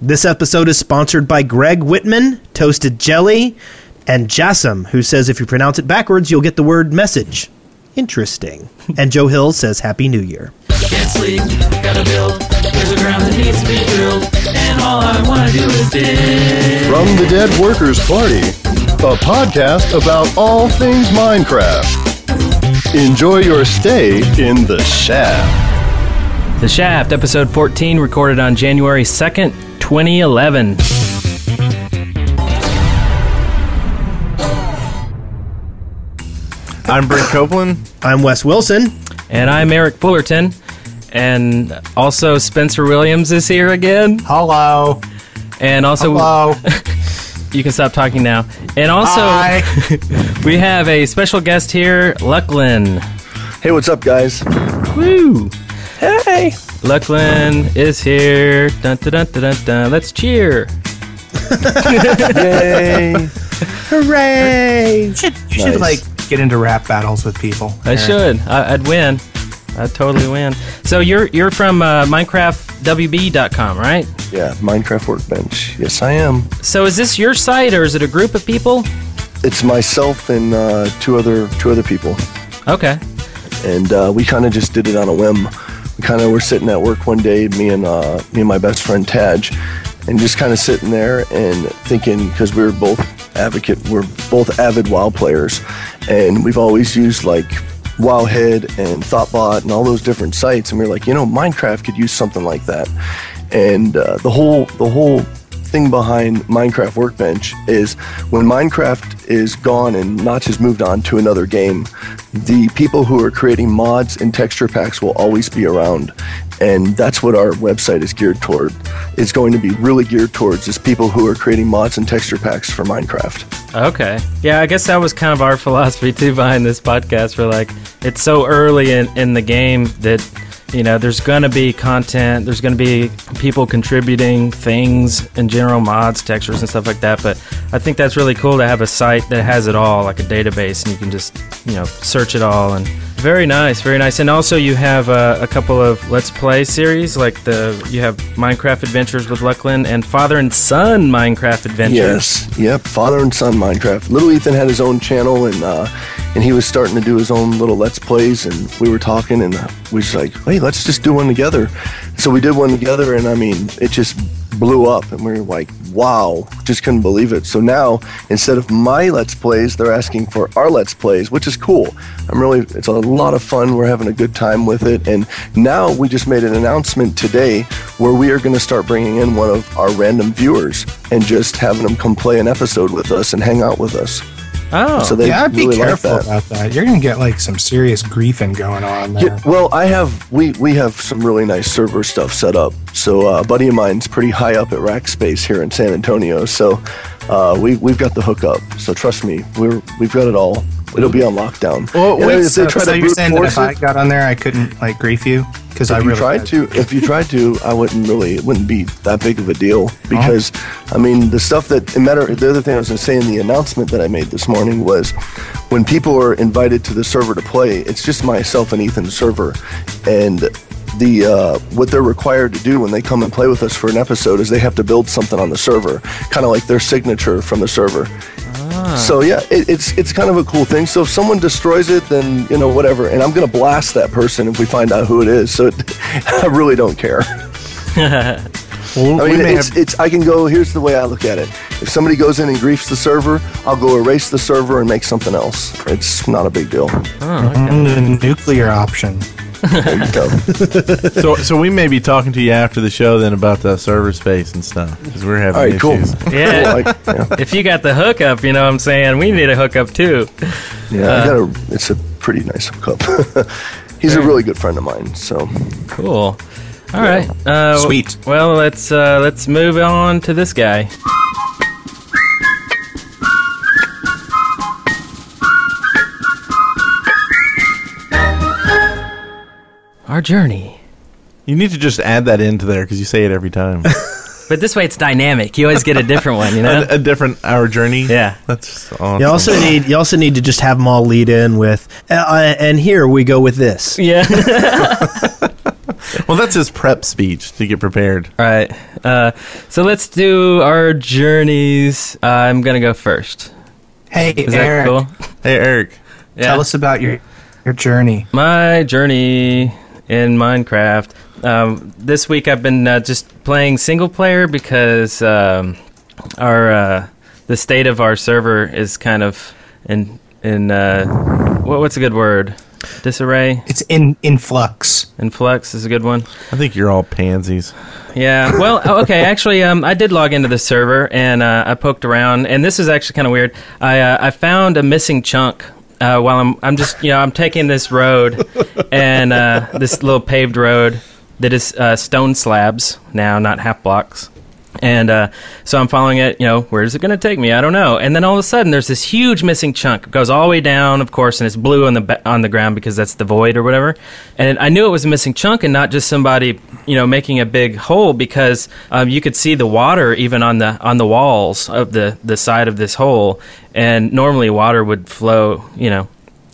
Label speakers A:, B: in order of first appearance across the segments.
A: This episode is sponsored by Greg Whitman, Toasted Jelly, and Jassim, who says if you pronounce it backwards, you'll get the word message. Interesting. and Joe Hill says Happy New Year.
B: Can't sleep, gotta build. There's a ground that needs to be drilled, and all I wanna do is dig.
C: From the Dead Workers Party, a podcast about all things Minecraft. Enjoy your stay in the shaft.
B: The Shaft, episode 14, recorded on January 2nd, 2011.
D: I'm Brent Copeland.
A: I'm Wes Wilson.
B: And I'm Eric Fullerton, and also Spencer Williams is here again.
D: Hello.
B: And also,
D: Hello.
B: you can stop talking now. And also,
D: Hi.
B: we have a special guest here, Lucklin.
E: Hey, what's up, guys?
B: Woo! Hey! Lucklin is here. Dun, dun, dun, dun, dun, dun. Let's cheer.
E: Yay!
A: Hooray!
D: You should, you should
E: Nice.
D: like get into rap battles with people.
B: I should. I, I'd win. I'd totally win. So you're you're from uh, MinecraftWB.com, right?
E: yeah, Minecraft Workbench. Yes, I am.
B: So is this your site or is it a group of people?
E: It's myself and uh, two other two other people,
B: Okay.
E: and uh, we kind of just did it on a whim. We kind of were sitting at work one day, me and uh, me and my best friend Taj, and just kind of sitting there and thinking because we were both advocate, we're both avid WoW players, and we've always used like Wowhead and Thoughtbot and all those different sites, and we were like, you know, Minecraft could use something like that, and uh, the whole the whole thing behind Minecraft Workbench is when Minecraft is gone and Notch has moved on to another game, the people who are creating mods and texture packs will always be around. And that's what our website is geared toward. It's going to be really geared towards is people who are creating mods and texture packs for Minecraft.
B: Okay. Yeah, I guess that was kind of our philosophy too behind this podcast. We're like, it's so early in, in the game that, you know, there's going to be content, there's going to be people contributing things and general mods, textures, and stuff like that. But I think that's really cool to have a site that has it all, like a database, and you can just, you know, search it all. And very nice, very nice. And also, you have uh, a couple of Let's Play series, like the, you have Minecraft Adventures with Lucklin and Father and Son Minecraft Adventures.
E: Yes. Yep. Father and son Minecraft. Little Ethan had his own channel, and uh, and he was starting to do his own little let's plays. And we were talking, and uh, we was like, hey, let's just do one together. So we did one together, and I mean, it just blew up, and we were like, wow, just couldn't believe it. So now instead of my let's plays, they're asking for our let's plays, which is cool. I'm really, it's a lot of fun. We're having a good time with it, and now we just made an announcement today where we are going to start bringing in one of our random viewers and just having them come play an episode with us and hang out with us.
B: Oh.
E: So they
D: Yeah, I'd be
E: really like
D: careful
E: that.
D: about that. You're gonna get like some serious griefing going on there.
E: Yeah, well, I have we we have some really nice server stuff set up. So uh, a buddy of mine's pretty high up at Rackspace here in San Antonio. So uh, we we've got the hookup. So trust me, we're we've got it all. It'll be on lockdown.
D: Well,
E: And
D: Oh, wait,
E: if they
D: so,
E: try
D: so
E: to
D: you're
E: brute
D: saying that
E: force
D: if I
E: it-
D: got on there, I couldn't like grief you because I
E: if
D: really
E: you tried
D: could.
E: to, if you tried to, I wouldn't really, it wouldn't be that big of a deal because, I mean, the stuff that it matter. The other thing I was going to say in the announcement that I made this morning was, when people are invited to the server to play, it's just myself and Ethan's server, and the uh, what they're required to do when they come and play with us for an episode is they have to build something on the server, kind of like their signature from the server. So yeah, it, it's it's kind of a cool thing. So if someone destroys it, then you know whatever, and I'm gonna blast that person if we find out who it is. So it, I really don't care.
D: Well,
E: I
D: we
E: mean,
D: may
E: it's,
D: have,
E: it's I can go. Here's the way I look at it: if somebody goes in and griefs the server, I'll go erase the server and make something else. It's not a big deal.
D: Mm, the nuclear option.
E: Oh, There you go.
F: so, so we may be talking to you after the show then about the server space and stuff because we're having
E: All right, cool.
F: issues.
B: Yeah.
E: Cool, I- yeah,
B: if you got the hookup, you know what I'm saying? We need a hookup too. Uh,
E: yeah, I got a, it's a pretty nice cup. He's a really good friend of mine. So
B: Cool. All right. Uh, w-
D: Sweet.
B: Well, let's uh, let's move on to this guy. Our journey.
F: You need to just add that into there because you say it every time.
B: But this way, it's dynamic. You always get a different one, you know.
F: a, a different hour journey.
B: Yeah.
F: that's awesome.
A: You also need you also need to just have them all lead in with, uh, uh, and here we go with this.
B: yeah.
F: well, that's his prep speech to get prepared.
B: All right. Uh, so let's do our journeys. Uh, I'm gonna go first.
D: Hey,
B: Is that
D: Eric,
B: cool?
F: Hey, Eric.
D: tell us about your your journey.
B: my journey in Minecraft. Um, this week I've been uh, just playing single player because um, our uh, the state of our server is kind of in in uh, what, what's a good word? Disarray
D: It's in in flux.
B: and flux is a good one.
F: I think you're all pansies.
B: Yeah. Well, oh, okay. Actually, um, I did log into the server and uh, I poked around, and this is actually kind of weird. I uh, I found a missing chunk uh, while I'm I'm just you know I'm taking this road and uh, this little paved road that is uh, stone slabs now, not half blocks. And uh, so I'm following it. You know, where is it going to take me? I don't know. And then all of a sudden, there's this huge missing chunk. It goes all the way down, of course, and it's blue on the ba- on the ground because that's the void or whatever. And I knew it was a missing chunk and not just somebody, you know, making a big hole because um, you could see the water even on the on the walls of the the side of this hole. And normally, water would flow, you know,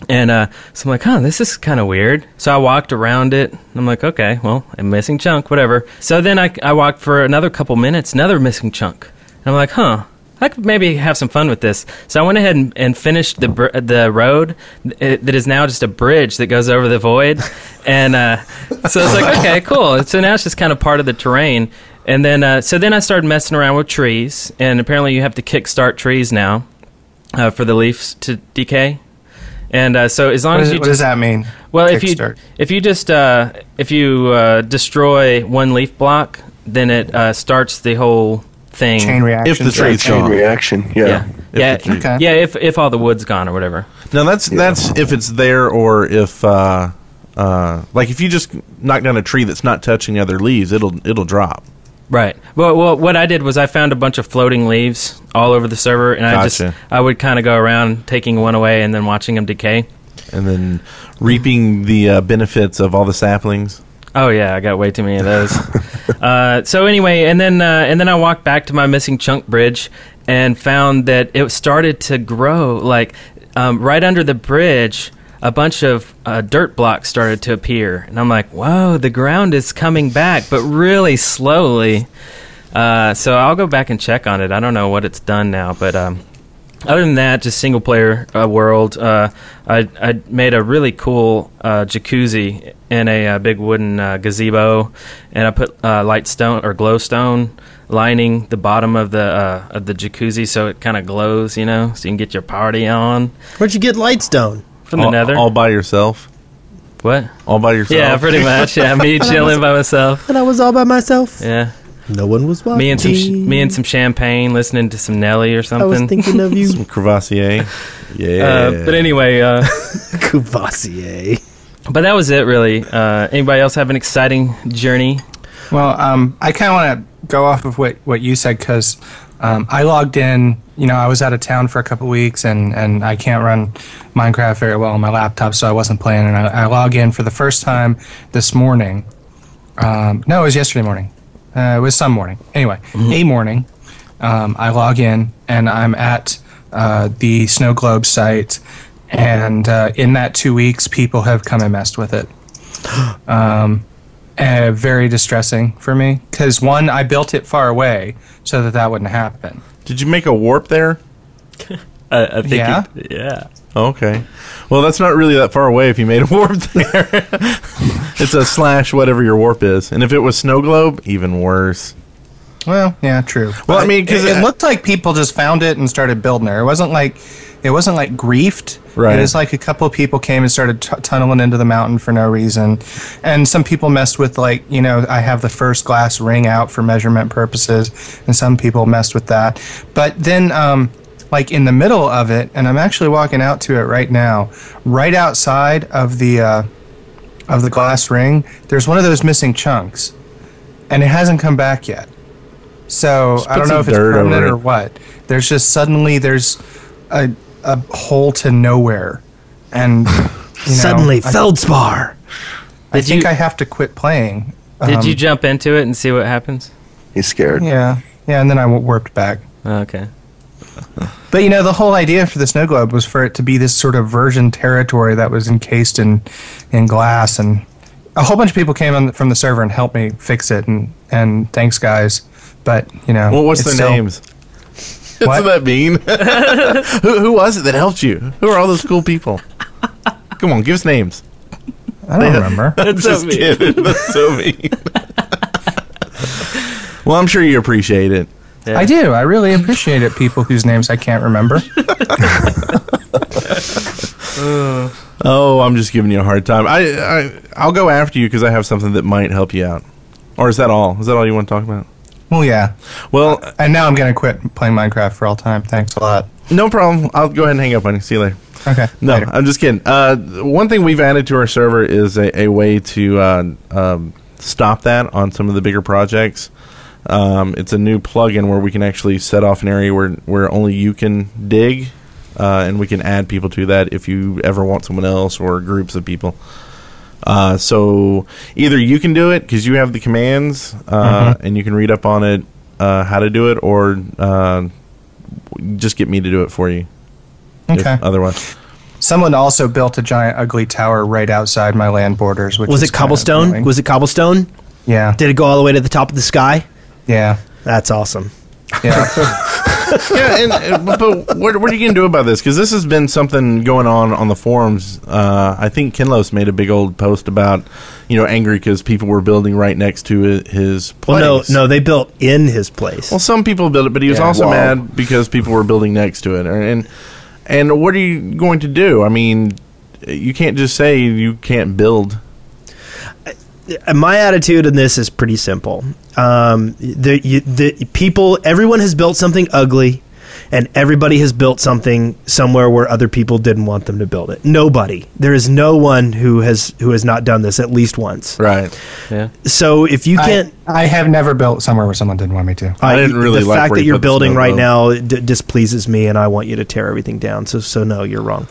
B: and uh, so I'm like, huh, this is kind of weird. So I walked around it. I'm like, okay, well, a missing chunk, whatever. So then I, I walked for another couple minutes, another missing chunk. And I'm like, huh, I could maybe have some fun with this. So I went ahead and, and finished the br- the road th- that is now just a bridge that goes over the void. And uh, so it's like, okay, cool. So now it's just kind of part of the terrain. And then uh, so then I started messing around with trees. And apparently you have to kickstart trees now uh, for the leaves to decay. And uh, so as long
D: What,
B: as
D: is,
B: you
D: what
B: just
D: does that mean?
B: well, if you
D: Kickstart.
B: if you just uh, if you uh, destroy one leaf block, then it uh, starts the whole thing.
D: chain reaction,
F: If the tree's
E: Chain
F: gone.
E: reaction. Yeah.
B: Yeah, yeah,
F: the tree-
D: Okay.
B: yeah. If if all the wood's gone or whatever.
F: No, that's that's if it's there or if uh, uh, like if you just knock down a tree that's not touching other leaves, it'll it'll drop.
B: Right. Well, well, what I did was I found a bunch of floating leaves all over the server, and I just
F: Gotcha.
B: I would kind of go around taking one away and then watching them decay.
F: and then reaping the uh, benefits of all the saplings.
B: Oh yeah, I got way too many of those. uh, so anyway, and then uh, and then I walked back to my missing chunk bridge and found that it started to grow. Like um, right under the bridge, a bunch of uh, dirt blocks started to appear, and I'm like, "Whoa, the ground is coming back, but really slowly." Uh, so I'll go back and check on it. I don't know what it's done now, but um, other than that, just single player uh, world. Uh, I I made a really cool uh, jacuzzi in a uh, big wooden uh, gazebo, and I put uh, light stone or glowstone lining the bottom of the uh, of the jacuzzi so it kind of glows, you know, so you can get your party on
A: Where'd you get Lightstone?
B: from the
F: all,
B: Nether.
F: all by yourself.
B: what?
F: All by yourself.
B: Yeah, pretty much. Yeah, me chilling by myself.
A: And I was all by myself.
B: Yeah,
A: No one was watching.
B: me and some sh- me and some champagne, listening to some Nelly or
A: I was
B: something.
A: thinking of you,
F: Some Crevassier. Yeah.
B: uh, but anyway. Uh,
A: Cuvassier.
B: But that was it, really. Uh, anybody else have an exciting journey?
D: Well, um, I kind of want to go off of what, what you said because um, I logged in. You know, I was out of town for a couple weeks, and, and I can't run Minecraft very well on my laptop, so I wasn't playing. And I, I log in for the first time this morning. Um, no, it was yesterday morning. Uh, it was some morning. Anyway,
B: Mm-hmm.
D: a morning, um, I log in and I'm at uh, the Snow Globe site, and uh, in that two weeks, people have come and messed with it uh, very distressing for me because one, I built it far away so that that wouldn't happen.
F: Did you make a warp there? Oh,
B: Uh, I think
D: Yeah.
B: yeah.
F: Okay. Well, that's not really that far away if you made a warp there. it's a slash whatever your warp is. And if it was snow globe, even worse.
D: Well, yeah, true.
F: Well, I
D: But
F: mean, 'cause
D: it, it
F: it-
D: looked like people just found it and started building there. It wasn't like it wasn't like griefed.
F: Right.
D: It was like a couple of people came and started t- tunneling into the mountain for no reason, and some people messed with like you know I have the first glass ring out for measurement purposes, and some people messed with that. But then, um, like in the middle of it, and I'm actually walking out to it right now, right outside of the. Uh, of the glass ring, there's one of those missing chunks. and it hasn't come back yet. So
F: put
D: I don't know
F: some
D: if it's
F: dirt over
D: permanent
F: it.
D: or what. There's just suddenly there's a a hole to nowhere, and you know,
A: Suddenly,
D: I,
A: feldspar.
D: I
B: Did
D: think
B: you-
D: I have to quit playing.
B: Did
D: Um,
B: you jump into it and see what happens?
E: He's scared.
D: Yeah, yeah, and then I w- warped back.
B: Oh, okay.
D: But you know, the whole idea for the snow globe was for it to be this sort of virgin territory that was encased in in glass, and a whole bunch of people came on from the server and helped me fix it, and and thanks guys. But you know,
F: Well, what's
D: it's
F: their
D: still-
F: names?
D: What?
F: What? does that mean? who, who was it that helped you? Who are all those cool people? Come on, give us names.
D: I don't remember.
B: That's
F: Just kidding. That's so mean. well, I'm sure you appreciate it.
D: I do. I really appreciate it. People whose names I can't remember.
F: Oh, I'm just giving you a hard time. I, I I'll go after you because I have something that might help you out. Or is that all? Is that all you want to talk about?
D: Well, yeah.
F: Well,
D: And now I'm gonna quit playing Minecraft for all time. Thanks a lot.
F: no problem. I'll go ahead and hang up on you. See you later.
D: Okay.
F: No,
D: later.
F: I'm just kidding. Uh, one thing we've added to our server is a, a way to uh, um, stop that on some of the bigger projects. Um, it's a new plugin where we can actually set off an area where, where only you can dig, uh, and we can add people to that if you ever want someone else or groups of people. Uh, so either you can do it because you have the commands uh,
D: Mm-hmm.
F: and you can read up on it uh, how to do it, or uh, just get me to do it for you. if
D: Okay.
F: otherwise.
D: Someone also built a giant ugly tower right outside my land borders. Which
A: Was
D: is
A: it
D: kinda
A: cobblestone?
D: annoying.
A: Was it cobblestone?
D: yeah.
A: Did it go all the way to the top of the sky?
D: Yeah.
A: That's awesome.
D: Yeah.
F: yeah, and, uh, but- but what, what are you going to do about this? Because this has been something going on on the forums. Uh, I think Kinlos made a big old post about, you know, angry because people were building right next to hi- his place.
A: Well, no, no, they built in his place.
F: Well, some people built it, but he was
D: Yeah.
F: also
E: Wow.
F: mad because people were building next to it. And and what are you going to do? I mean, you can't just say you can't build.
A: And my attitude in this is pretty simple. Um, the, you, the people, everyone has built something ugly, and everybody has built something somewhere where other people didn't want them to build it. Nobody, there is no one who has who has not done this at least once.
F: Right.
B: Yeah.
A: So if you
D: I,
A: can't,
D: I have never built somewhere where someone didn't want me to.
F: I didn't really
A: the
F: like
A: fact
F: where
A: that
F: you
A: you're
F: put the
A: building
F: snow
A: right
F: globe.
A: now d- displeases me, and I want you to tear everything down. So so no, you're wrong.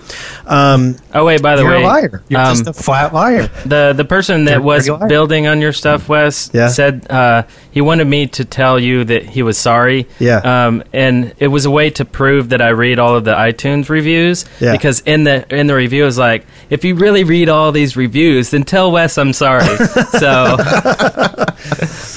A: Um,
B: Oh wait, by the
D: You're
B: way,
D: a liar. You're
B: um,
D: just a flat liar.
B: the the person that
D: Dirty
B: was
D: liar.
B: building on your stuff, Wes,
A: Yeah.
B: said uh, he wanted me to tell you that he was sorry.
A: Yeah.
B: Um, and it was a way to prove that I read all of the iTunes reviews.
A: Yeah.
B: Because in the in the review it was like, if you really read all these reviews, then tell Wes I'm sorry. so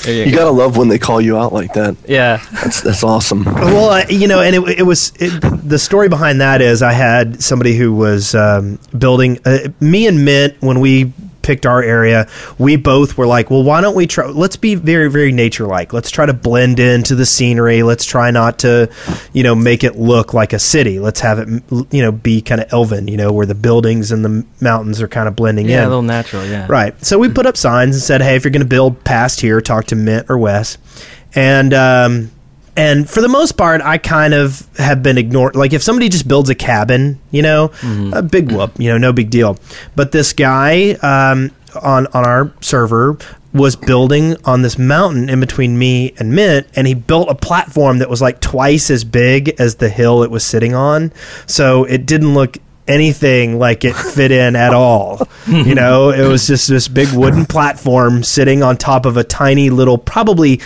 E: You gotta love when they call you out like that.
B: yeah,
E: That's that's awesome.
A: well, I, you know, and it, it was it, the story behind that is I had somebody who was um, building. Uh, me and Mint when we picked our area, we both were like, well, why don't we try? Let's be very, very nature like. Let's try to blend into the scenery. Let's try not to, you know, make it look like a city. Let's have it, you know, be kind of elven. You know, where the buildings and the mountains are kind of blending
B: yeah, a
A: in.
B: little natural, yeah.
A: Right. So we put up signs and said, "Hey, if you're going to build past here, talk to Mint or Wes." And um, and for the most part, I kind of have been ignored. Like if somebody just builds a cabin, you know, a big whoop, you know, no big deal. But this guy um, on on our server was building on this mountain in between me and Mint, and he built a platform that was like twice as big as the hill it was sitting on. So it didn't look anything like it fit in at all. You know, it was just this big wooden platform sitting on top of a tiny little, probably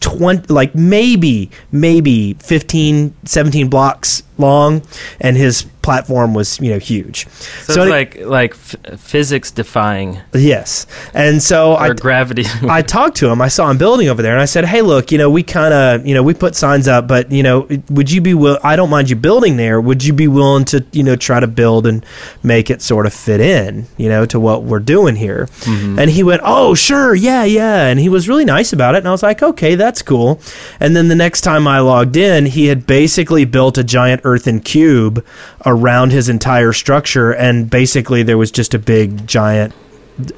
A: 20, like maybe, maybe 15, 17 blocks long. And his platform was, you know, huge.
B: So,
A: it-
B: it's like like f- physics defying
A: yes. And so I,
B: or gravity.
A: I talked to him. I saw him building over there, and I said, "Hey, look, you know, we kind of, you know, we put signs up, but you know, it- would you be will? I don't mind you building there. Would you be willing to, you know, try to build and make it sort of fit in, you know, to what we're doing here?"
F: Mm-hmm.
A: And he went, "Oh, sure, yeah, yeah." And he was really nice about it, and I was like, "Okay, that's cool." And then the next time I logged in, he had basically built a giant earthen cube around his entire structure, and basically there was just a big giant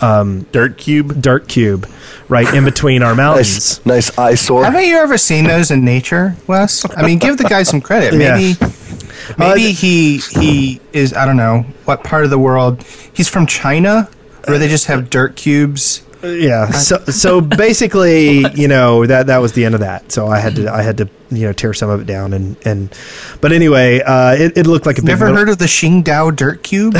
A: um,
F: Dirt cube.
A: dirt cube right in between our mountains.
E: Nice nice eyesore.
D: Haven't you ever seen those in nature, Wes? I mean, give the guy some credit.
A: Yeah. Uh,
D: Maybe, maybe he he is. I don't know what part of the world he's from. China, where they just have dirt cubes
A: yeah. So so basically, you know that that was the end of that. So I had to I had to you know tear some of it down and and but anyway, uh, it, it looked like a big
D: Never
A: middle-
D: heard of the Qingdao Dirt Cube?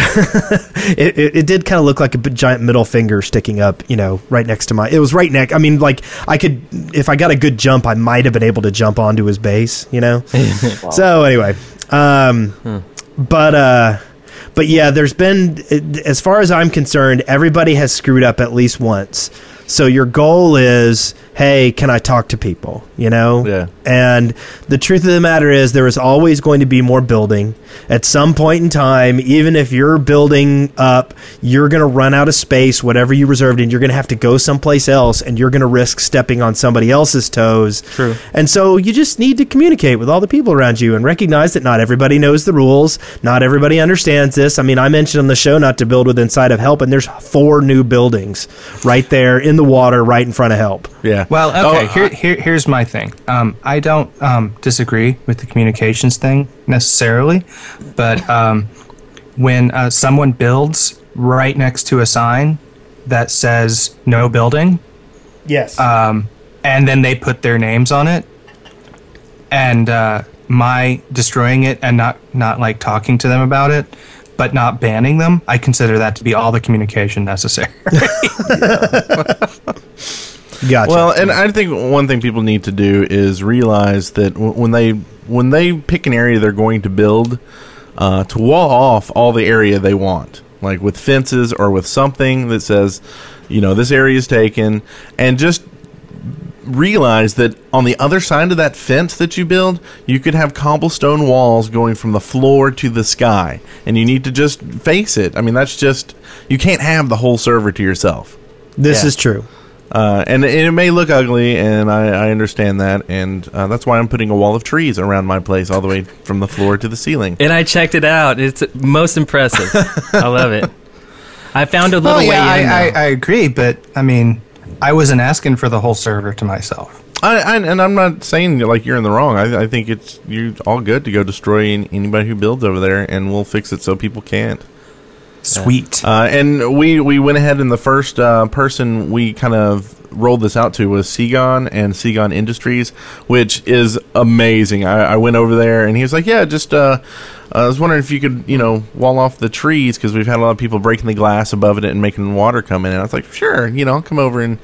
A: it, it, it did kind of look like a b- giant middle finger sticking up, you know, right next to my. It was right neck. I mean, like I could, if I got a good jump, I might have been able to jump onto his base, you know. So anyway, um, but uh, but yeah, there's been, as far as I'm concerned, everybody has screwed up at least once. So your goal is, hey, can I talk to people? You know,
F: Yeah.
A: and the truth of the matter is, there is always going to be more building. At some point in time, even if you're building up, you're going to run out of space, whatever you reserved, and you're going to have to go someplace else, and you're going to risk stepping on somebody else's toes. True. And so you just need to communicate with all the people around you and recognize that not everybody knows the rules. Not everybody understands this. I mean, I mentioned on the show not to build with inside of help, and there's four new buildings right there in the water, right in front of help.
F: Yeah.
D: Well,
F: Oh,
D: okay. here, here, here's my thing. Um, I don't um, disagree with the communications thing necessarily, but um, when uh, someone builds right next to a sign that says "no building," um,
A: Yes.
D: and then they put their names on it, and uh, my destroying it and not not like talking to them about it, but not banning them, I consider that to be all the communication necessary.
A: gotcha.
F: Well, and I think one thing people need to do is realize that w- when they when they pick an area they're going to build, uh, to wall off all the area they want, like with fences or with something that says, you know, this area is taken, and just realize that on the other side of that fence that you build, you could have cobblestone walls going from the floor to the sky, and you need to just face it. I mean, that's just you can't have the whole server to yourself.
A: this
F: yeah.
A: is true.
F: Uh, and, and it may look ugly, and I, I understand that, and uh, that's why I'm putting a wall of trees around my place, all the way from the floor to the ceiling.
B: And I checked it out. It's most impressive. I love it. I found a little
D: Well, yeah,
B: way in.
D: I,
B: though.
D: I, I agree, but I mean, I wasn't asking for the whole server to myself.
F: I, I, and I'm not saying that, like you're in the wrong. I, I think it's you're all good to go destroy an- anybody who builds over there, and we'll fix it so people can't.
D: Sweet.
F: Uh, and we we went ahead, and the first uh, person we kind of rolled this out to was Seagon and Seagon Industries, which is amazing. I, I went over there, and he was like, "Yeah, just uh, I was wondering if you could, you know, wall off the trees because we've had a lot of people breaking the glass above it and making water come in." And I was like, "Sure, you know, I'll come over and."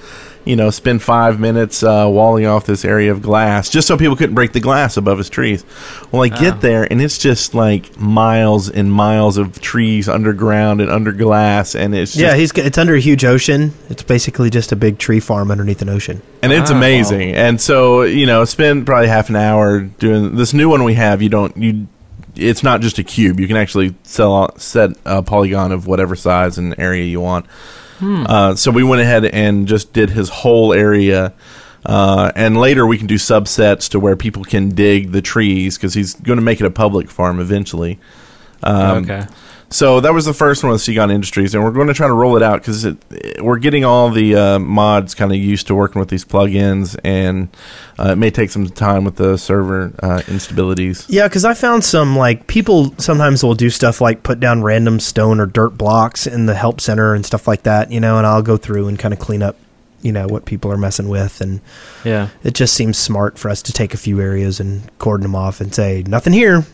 F: You know, spend five minutes uh, walling off this area of glass just so people couldn't break the glass above his trees. Well, I get there and it's just like miles and miles of trees underground and under glass, and it's just
A: Yeah, he's g- it's under a huge ocean. It's basically just a big tree farm underneath an ocean.
F: and it's amazing. And so you know, spend probably half an hour doing this new one we have. You don't you. It's not just a cube. You can actually sell set a polygon of whatever size and area you want. Uh, so we went ahead and just did his whole area. Uh, and later we can do subsets to where people can dig the trees because he's going to make it a public farm eventually. Uh,
B: okay.
F: Um, So that was the first one with Seagon Industries, and we're going to try to roll it out because it, it- we're getting all the uh, mods kind of used to working with these plugins, and uh, it may take some time with the server uh, instabilities.
A: Yeah, because I found some like people sometimes will do stuff like put down random stone or dirt blocks in the help center and stuff like that, you know. And I'll go through and kind of clean up, you know, what people are messing with, and
B: Yeah.
A: it just seems smart for us to take a few areas and cordon them off and say nothing here.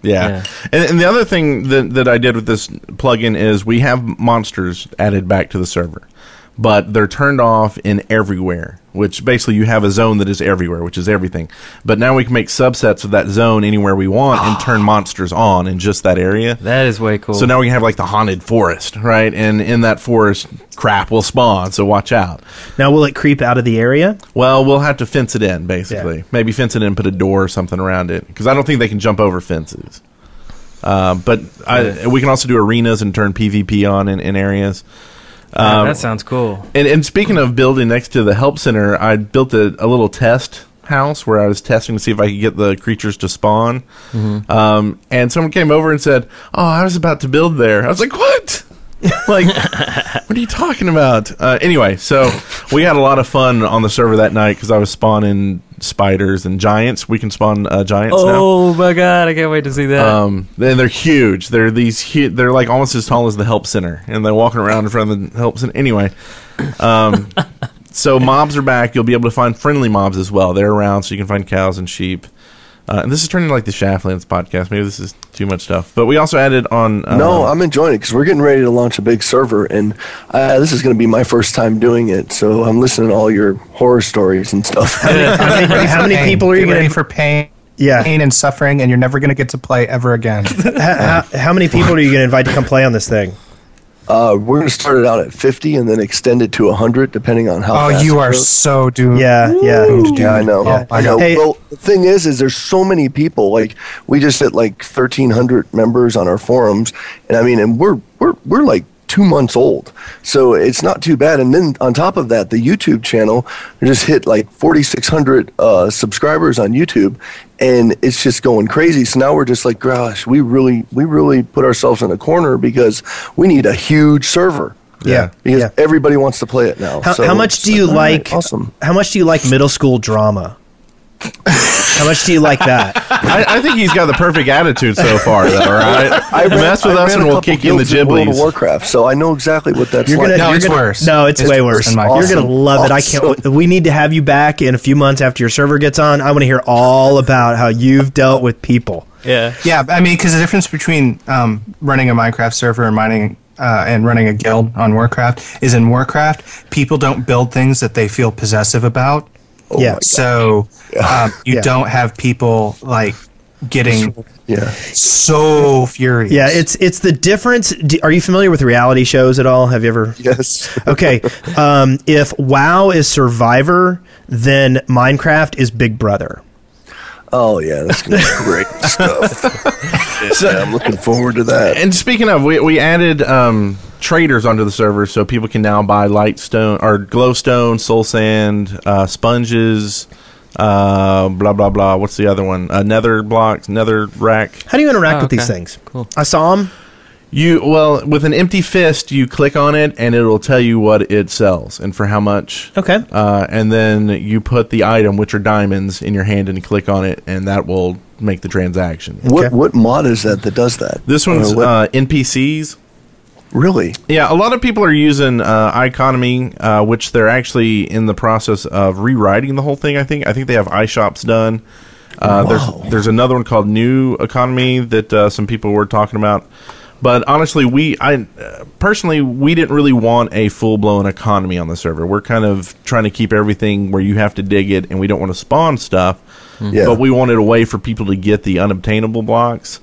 F: Yeah,
B: Yeah.
F: And, and the other thing that that I did with this plugin is we have monsters added back to the server, but they're turned off in everywhere. Which basically you have a zone that is everywhere, which is everything. But now we can make subsets of that zone anywhere we want and turn monsters on in just that area.
B: Ah. That is way cool.
F: So now we can have like the haunted forest, right? And in that forest, crap will spawn. So watch out.
A: Now, will it creep out of the area?
F: Well, we'll have to fence it in, basically.
A: Yeah.
F: Maybe fence it in, put a door or something around it, because I don't think they can jump over fences. Uh, but I, we can also do arenas and turn PvP on in, in areas. Um,
B: Yeah, that sounds cool.
F: And, and speaking of building next to the help center, I built a, a little test house where I was testing to see if I could get the creatures to spawn. Um, and someone came over and said, "Oh, I was about to build there." I was like, "What?" like, what are you talking about? Uh, anyway, so we had a lot of fun on the server that night because I was spawning spiders and giants. We can spawn uh, giants now.
B: Oh my god, I can't wait to see that.
F: Um, they- they're huge. They're these. Hu- they're like almost as tall as the help center, and they're walking around in front of the help center. Anyway, um, so mobs are back. You'll be able to find friendly mobs as well. They're around, so you can find cows and sheep. Uh, and this is turning like the Shaftlands podcast. Maybe this is too much stuff. But we also added on. Uh,
E: No, I'm enjoying it because we're getting ready to launch a big server, and uh, this is going to be my first time doing it. So I'm listening to all your horror stories and stuff.
A: How many people are you
D: Get ready
A: going to?
D: for pain?
A: Yeah.
D: pain and suffering, and you're never going to get to play ever again.
A: How, how many people are you going to invite to come play on this thing?
E: uh, we're going to start it out at 50 and then extend it to 100 depending on how.
D: oh,
E: fast it
D: you are
E: grows.
D: so doomed.
A: Yeah, yeah.
E: Yeah, I know.
A: Yeah.
E: I know.
A: Hey-
E: well, the thing is, is there's so many people. Like we just hit like 1,300 members on our forums, and I mean, and we're we're we're like two months old, so it's not too bad. And then on top of that, the YouTube channel just hit like 4,600 uh, subscribers on YouTube, and it's just going crazy. So now we're just like, gosh, we really we really put ourselves in a corner because we need a huge server.
A: Yeah,
E: Because
A: yeah.
E: everybody wants to play it now.
A: How,
E: So
A: how much
E: it's
A: do you
E: all right,
A: like?
E: Awesome.
A: How much do you like middle school drama? how much do you like that?
F: I, I think he's got the perfect attitude so far. Though, all right? Mess with
E: I
F: us
E: ran
F: and
E: a
F: we'll
E: couple
F: kick you in the
E: guilds World of
F: giblies.
E: Warcraft, so I know exactly what that's
A: You're gonna,
E: like.
D: No,
A: you're
D: it's
A: gonna-
D: worse.
A: No, it's,
D: It's
A: way
D: worse
A: worse.
D: than mine.
A: You're gonna
E: Awesome.
A: love it. I can't.
E: Awesome.
A: We need to have you back in a few months after your server gets on. I want to hear all about how you've dealt with people.
B: yeah.
D: Yeah, I mean, because the difference between um, running a Minecraft server and mining uh, and running a guild on Warcraft is in Warcraft, people don't build things that they feel possessive about.
A: yeah.
D: So um, you
A: Oh Yeah.
D: don't have people like getting
E: yeah.
D: so Oh, furious.
A: Yeah, it's it's the difference. d- Are you familiar with reality shows at all? Have you ever?
E: Yes.
A: Okay, um, if WoW is Survivor, then Minecraft is Big Brother.
E: Oh yeah, that's gonna be great stuff. yeah, I'm looking forward to that.
F: And speaking of, we, we added um, traders onto the server, so people can now buy lightstone or glowstone, soul sand, uh, sponges, uh, blah blah blah. What's the other one? Uh, nether blocks, nether rack.
A: How do you interact
B: Oh,
A: with these
B: okay.
A: things?
B: Cool.
A: I saw them.
F: You well with an empty fist, you click on it, and it'll tell you what it sells and for how much.
A: Okay.
F: Uh, and then you put the item, which are diamonds, in your hand and click on it, and that will make the transaction.
A: Okay.
E: What what mod is that that does that?
F: This one's
E: Or what-
F: uh, NPCs.
E: really.
F: Yeah, a lot of people are using uh, Iconomy, uh, which they're actually in the process of rewriting the whole thing. I think I think they have iShops done. Uh, There's there's another one called New Economy that uh, some people were talking about. But honestly, we I uh, personally we didn't really want a full blown economy on the server. We're kind of trying to keep everything where you have to dig it, and we don't want to spawn stuff.
E: Yeah.
F: But we wanted a way for people to get the unobtainable blocks.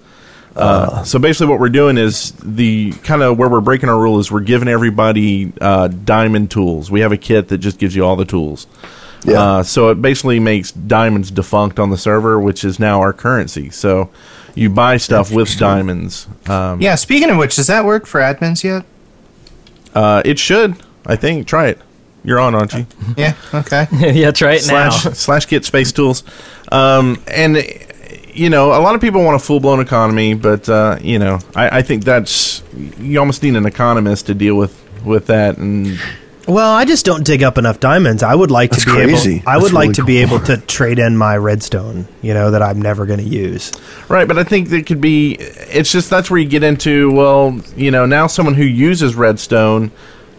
F: Uh, so basically, what we're doing is the kind of where we're breaking our rule is we're giving everybody uh, diamond tools. We have a kit that just gives you all the tools.
E: Yeah.
F: Uh, so it basically makes diamonds defunct on the server, which is now our currency. So you buy stuff with diamonds. Um,
D: yeah. Speaking of which, does that work for admins yet?
F: uh, it should, I think. Try it. You're on, aren't you?
D: Yeah. Okay.
B: yeah, try it
F: slash
B: now.
F: slash get space tools um, and you know a lot of people want a full-blown economy but uh, you know I, I think that's you almost need an economist to deal with with that and
A: Well, I just don't dig up enough diamonds. I would like
E: That's
A: to be
E: crazy.
A: able. I
E: That's
A: would like
E: really
A: to be able to trade in my redstone. You know that I'm never going to use.
F: right but i think that could be it's just that's where you get into well you know now someone who uses redstone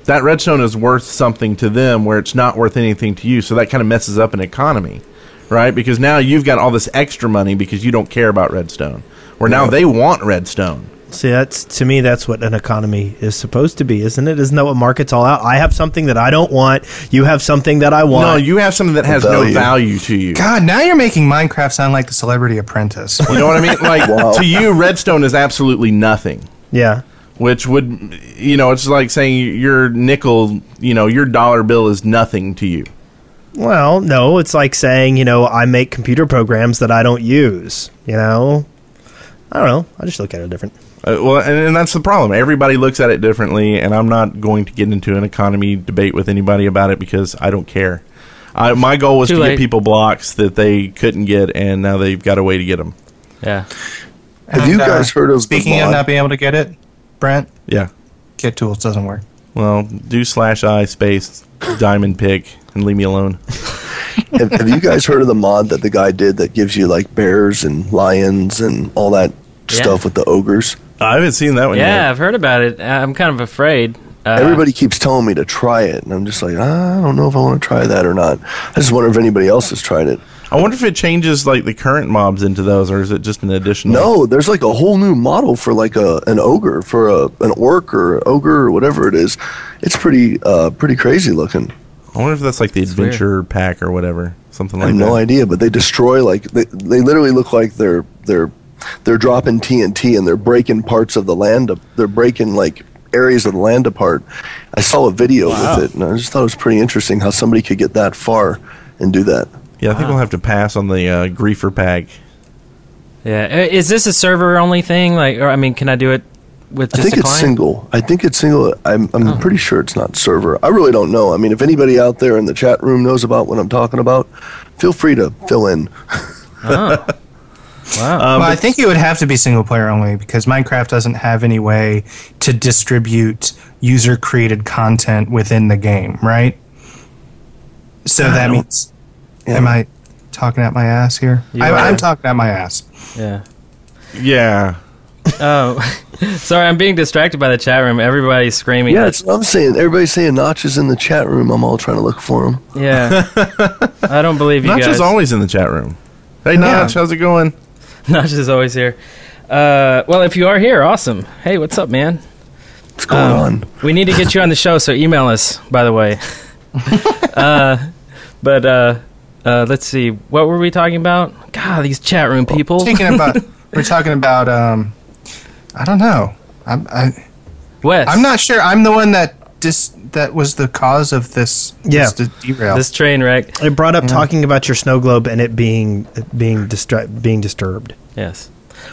F: that redstone is worth something to them where it's not worth anything to you so that kind of messes up an economy right because now you've got all this extra money because you don't care about redstone where now they want redstone
A: See, that's to me, that's what an economy is supposed to be, isn't it? Isn't that what markets all out? I have something that I don't want. You have something that I want.
F: No, you have something that has no
E: Value.
F: value to you.
D: God, now you're making Minecraft sound like the Celebrity Apprentice.
F: You know what I mean? Like to you, redstone is absolutely nothing.
A: yeah.
F: Which would, you know, it's like saying your nickel, you know, your dollar bill is nothing to you.
A: Well, no, it's like saying you know I make computer programs that I don't use. You know, I don't know. I just look at it different.
F: Uh, well, and, and that's the problem. Everybody looks at it differently, and I'm not going to get into an economy debate with anybody about it because I don't care. I, my goal was
B: Too
F: to
B: late.
F: get people blocks that they couldn't get, and now they've got a way to get them.
B: Yeah.
E: Have you
D: And, uh,
E: guys heard of the
D: Speaking of
E: mod?
D: not being able to get it, Brent,
F: Yeah.
D: Kit Tools doesn't work.
F: Well, do slash I space diamond pick and leave me alone.
E: have, have you guys heard of the mod that the guy did that gives you like bears and lions and all that
B: Yeah.
E: stuff with the ogres?
F: I haven't seen that one
B: Yeah,
F: yet.
B: I've heard about it. I- I'm kind of afraid. Uh,
E: Everybody keeps telling me to try it, and I'm just like, "Ah, I don't know if I want to try that or not. I just wonder if anybody else has tried it.
F: I wonder if it changes like the current mobs into those, or is it just an additional?
E: No, there's like a whole new model for like a an ogre for a an orc or ogre or whatever it is. It's pretty uh pretty crazy looking.
F: I wonder if that's like the
B: weird.
F: adventure pack or whatever, something
E: I
F: like
E: have
F: that.
E: no idea, but they destroy like they, they literally look like they're they're they're dropping TNT and they're breaking parts of the land. Up, they're breaking like areas of the land apart. I saw a video with it, and I just thought it was pretty interesting how somebody could get that far and do that.
F: Yeah, I think we'll have to pass on the uh, griefer pack.
B: yeah, I- is this a server only thing? Like, or I mean, can I do it with
E: I
B: just
E: think
B: a
E: it's
B: client? Oh.
E: single. I think it's single. I'm I'm pretty sure it's not server. I really don't know. I mean, if anybody out there in the chat room knows about what I'm talking about, feel free to fill in.
B: Oh,
F: Um,
D: well, I think it would have to be single player only because Minecraft doesn't have any way to distribute user created content within the game, right? So that means. Am I talking at my ass here? I,
B: are.
D: I'm talking at my ass.
B: Yeah.
F: Yeah,
B: Oh, sorry, I'm being distracted by the chat room. Everybody's screaming.
E: Yeah, that's what I'm saying. Everybody's saying Notch is in the chat room. I'm all trying to look for him.
B: yeah. I don't believe you
F: Notch
B: guys.
F: is always in the chat room. Hey Notch, how's it going?
B: Notch is always here. Uh, well, if you are here, awesome. Hey, what's up, man? Um,
E: What's going on?
B: We need to get you on the show, so email us, by the way. uh, but uh, uh, let's see. What were we talking about? God, these chat room people.
D: Speaking about, we're talking about. Um, I don't know. I'm. I,
B: Wes.
D: I'm not sure. I'm the one that dis that was the cause of this.
A: Yeah.
D: This de- derail.
B: This train wreck.
A: It brought up talking about your snow globe and it being being distra- being disturbed.
B: Yes.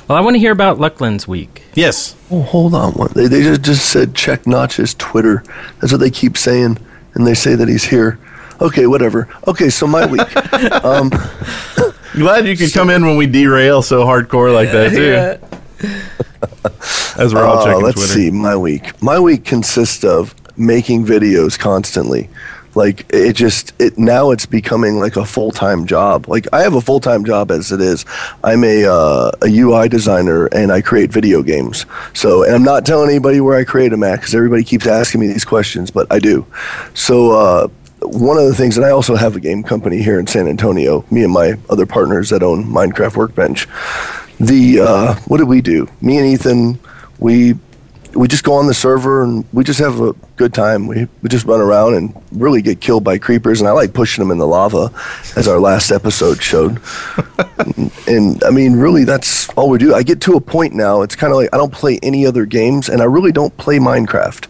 B: Well, I want to hear about Luckland's week.
F: Yes.
E: Oh, hold on. One. They, they just, just said check Notch's Twitter. That's what they keep saying, and they say that he's here. Okay, whatever. Okay, so my week. um,
F: Glad you could come in when we derail so hardcore like that too. As we're all
E: Uh,
F: checking
E: let's
F: Twitter.
E: see my week my week consists of making videos constantly like it just it now it's becoming like a full-time job like i have a full-time job as it is i'm a uh, a ui designer and i create video games so and i'm not telling anybody where i create them at because everybody keeps asking me these questions but i do so uh one of the things, and I also have a game company here in San Antonio. Me and my other partners that own Minecraft Workbench the uh, what did we do? Me and Ethan, we we just go on the server and we just have a good time. We we just run around and really get killed by creepers, and I like pushing them in the lava, as our last episode showed. and I mean, really, that's all we do. I get to a point now. It's kind of like I don't play any other games, and I really don't play Minecraft.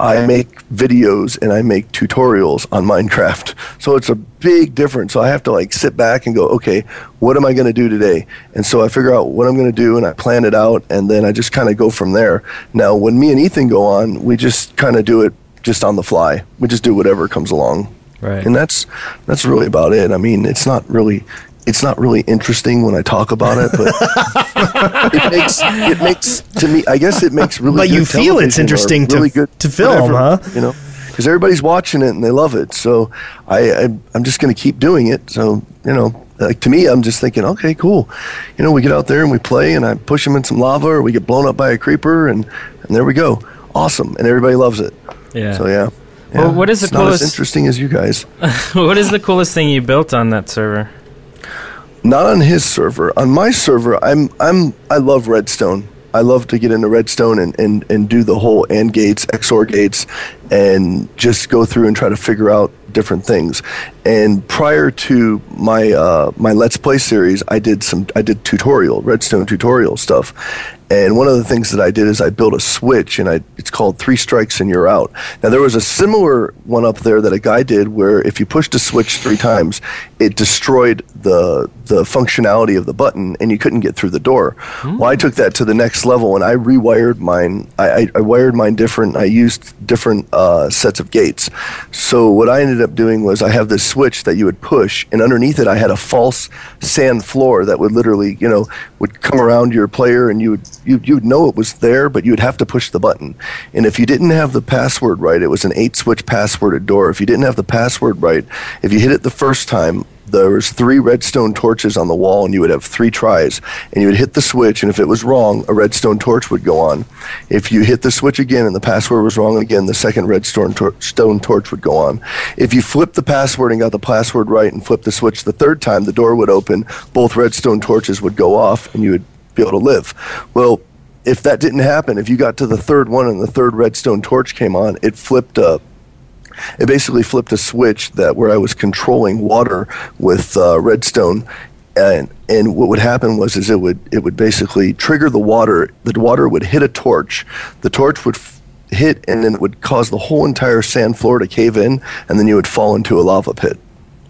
E: I make videos and I make tutorials on Minecraft, so it's a big difference. So I have to like sit back and go, okay, what am I going to do today? And so I figure out what I'm going to do, and I plan it out, and then I just kind of go from there. Now, when me and Ethan go on, we just kind of do it just on the fly. We just do whatever comes along
B: Right.
E: and that's that's really about it. I mean, it's not really it's not really interesting when I talk about it, but it makes it makes to me. I guess it makes really.
A: But
E: good
A: you feel it's
E: television or
A: interesting to-
E: really good
A: to film, huh?
E: You know, because everybody's watching it and they love it. So I, I I'm just going to keep doing it. So you know. Like to me, I'm just thinking, okay, cool. You know, we get out there and we play, and I push them in some lava, or we get blown up by a creeper, and, and there we go, awesome, and everybody loves it.
B: Yeah.
E: So yeah,
B: Well,
E: Yeah.
B: what is the
E: it's not as
B: coolest-
E: interesting as you guys?
B: what is the coolest thing you built on that server?
E: not on his server. On my server, I'm I'm I love Redstone. I love to get into Redstone and, and, and do the whole AND gates, XOR gates, and just go through and try to figure out different things. And prior to my uh, my Let's Play series, I did some I did tutorial Redstone tutorial stuff. And one of the things that I did is I built a switch, and I it's called three strikes and you're out. Now there was a similar one up there that a guy did where if you pushed a switch three times, it destroyed the the functionality of the button, and you couldn't get through the door. Well, I took that to the next level, and I rewired mine. I, I, I wired mine different. I used different uh, sets of gates. So what I ended up doing was I have this switch that you would push, and underneath it I had a false sand floor that would literally, you know, would come around your player, and you would you you'd know it was there, but you would have to push the button. And if you didn't have the password right, it was an eight switch passworded door. If you didn't have the password right, if you hit it the first time, there was three redstone torches on the wall, and you would have three tries, and you would hit the switch, and if it was wrong, a redstone torch would go on. If you hit the switch again and the password was wrong again, the second redstone tor- stone torch would go on. If you flipped the password and got the password right and flipped the switch the third time, the door would open, both redstone torches would go off, and you would be able to live. Well, if that didn't happen, if you got to the third one and the third redstone torch came on, it flipped up. It basically flipped a switch that where I was controlling water with uh, redstone, and and what would happen was is it would it would basically trigger the water. The water would hit a torch. The torch would f- hit, and then it would cause the whole entire sand floor to cave in, and then you would fall into a lava pit.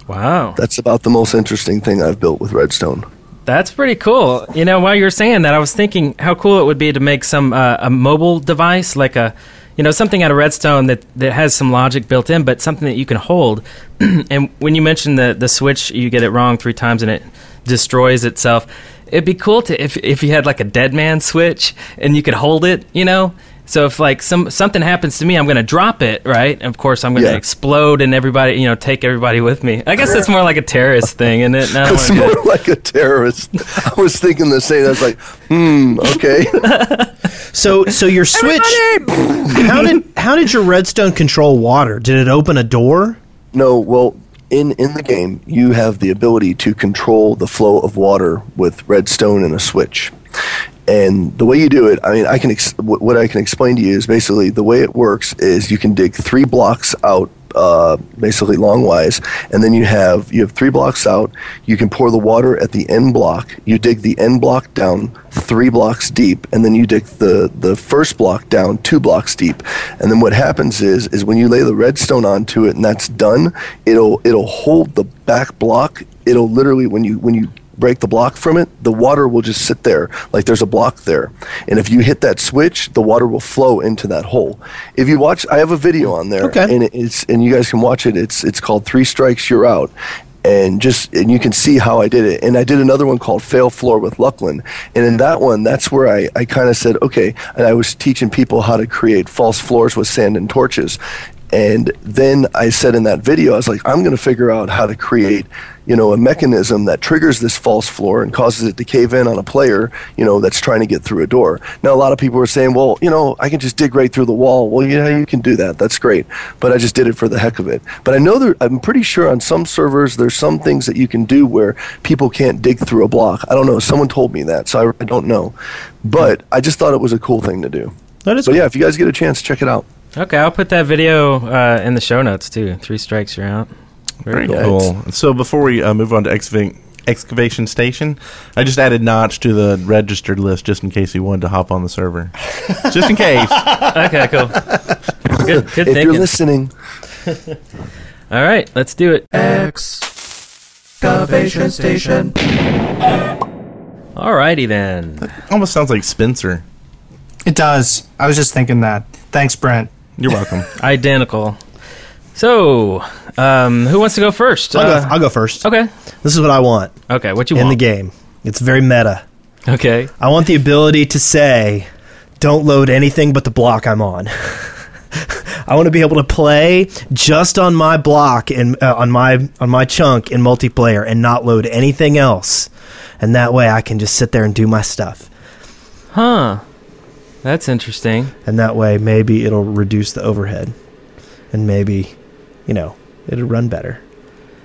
B: Wow.
E: That's about the most interesting thing I've built with redstone.
B: That's pretty cool. You know, while you were saying that, I was thinking how cool it would be to make some uh, a mobile device, like a you know something out of Redstone that that has some logic built in, but something that you can hold. and when you mentioned the the switch, you get it wrong three times and it destroys itself. It'd be cool to if if you had like a dead man switch and you could hold it. You know. So if like some something happens to me, I'm gonna drop it, right? Of course, I'm gonna
E: Yeah.
B: explode and everybody, you know, take everybody with me. I guess that's more like a terrorist thing, isn't it? And I don't
E: It's
B: wanna do
E: more
B: it.
E: like a terrorist. I was thinking the same. I was like, hmm, okay.
A: So so your switch. how did how did your redstone control water? Did it open a door?
E: No, well, in in the game, you have the ability to control the flow of water with redstone and a switch. And the way you do it, I mean, I can ex- wh- what I can explain to you is basically the way it works is you can dig three blocks out, uh, basically longwise, and then you have you have three blocks out. You can pour the water at the end block. You dig the end block down three blocks deep, and then you dig the the first block down two blocks deep. And then what happens is is when you lay the redstone onto it, and that's done, it'll it'll hold the back block. It'll literally when you when you break the block from it, the water will just sit there like there's a block there. And if you hit that switch, the water will flow into that hole. If you watch, I have a video on there,
A: Okay.
E: and it's and you guys can watch it. It's it's called Three Strikes You're Out. And just and you can see how I did it. And I did another one called Fail Floor with Luckland. And in that one, that's where I, I kind of said, okay, and I was teaching people how to create false floors with sand and torches. And then I said in that video, I was like, I'm going to figure out how to create, you know, a mechanism that triggers this false floor and causes it to cave in on a player, you know, that's trying to get through a door. Now, a lot of people are saying, well, you know, I can just dig right through the wall. Well, yeah, you can do that. That's great. But I just did it for the heck of it. But I know there, I'm pretty sure on some servers, there's some things that you can do where people can't dig through a block. I don't know. Someone told me that. So I, I don't know. But I just thought it was a cool thing to do.
A: That is
E: So yeah, if you guys get a chance, check it out.
B: Okay, I'll put that video uh, in the show notes too. Three strikes, you're out.
F: Very
E: Yeah,
F: cool. So before we uh, move on to excava- excavation station, I just added Notch to the registered list just in case he wanted to hop on the server. just in case.
B: Okay, cool. good good
E: If you're
B: thinking.
E: listening,
B: All right, let's do it.
G: Excavation station.
B: All righty then.
F: Almost sounds like Spencer.
D: It does. I was just thinking that. Thanks, Brent.
F: You're welcome.
B: Uh, Identical. So, um, who wants to go first?
A: I'll,
B: Uh,
A: go, I'll go first.
B: okay.
A: This is what I want
B: Okay, what you
A: in
B: want?
A: the game. It's very meta.
B: game. Okay.
A: I want the ability to say, "Don't load anything but the block I'm on." I want to be able to play just on my block and uh, on my on my chunk in multiplayer and not load anything else, and that way I can just sit there and do my stuff.
B: Huh. That's interesting.
A: and that way maybe it'll reduce the overhead and maybe you know it'll run better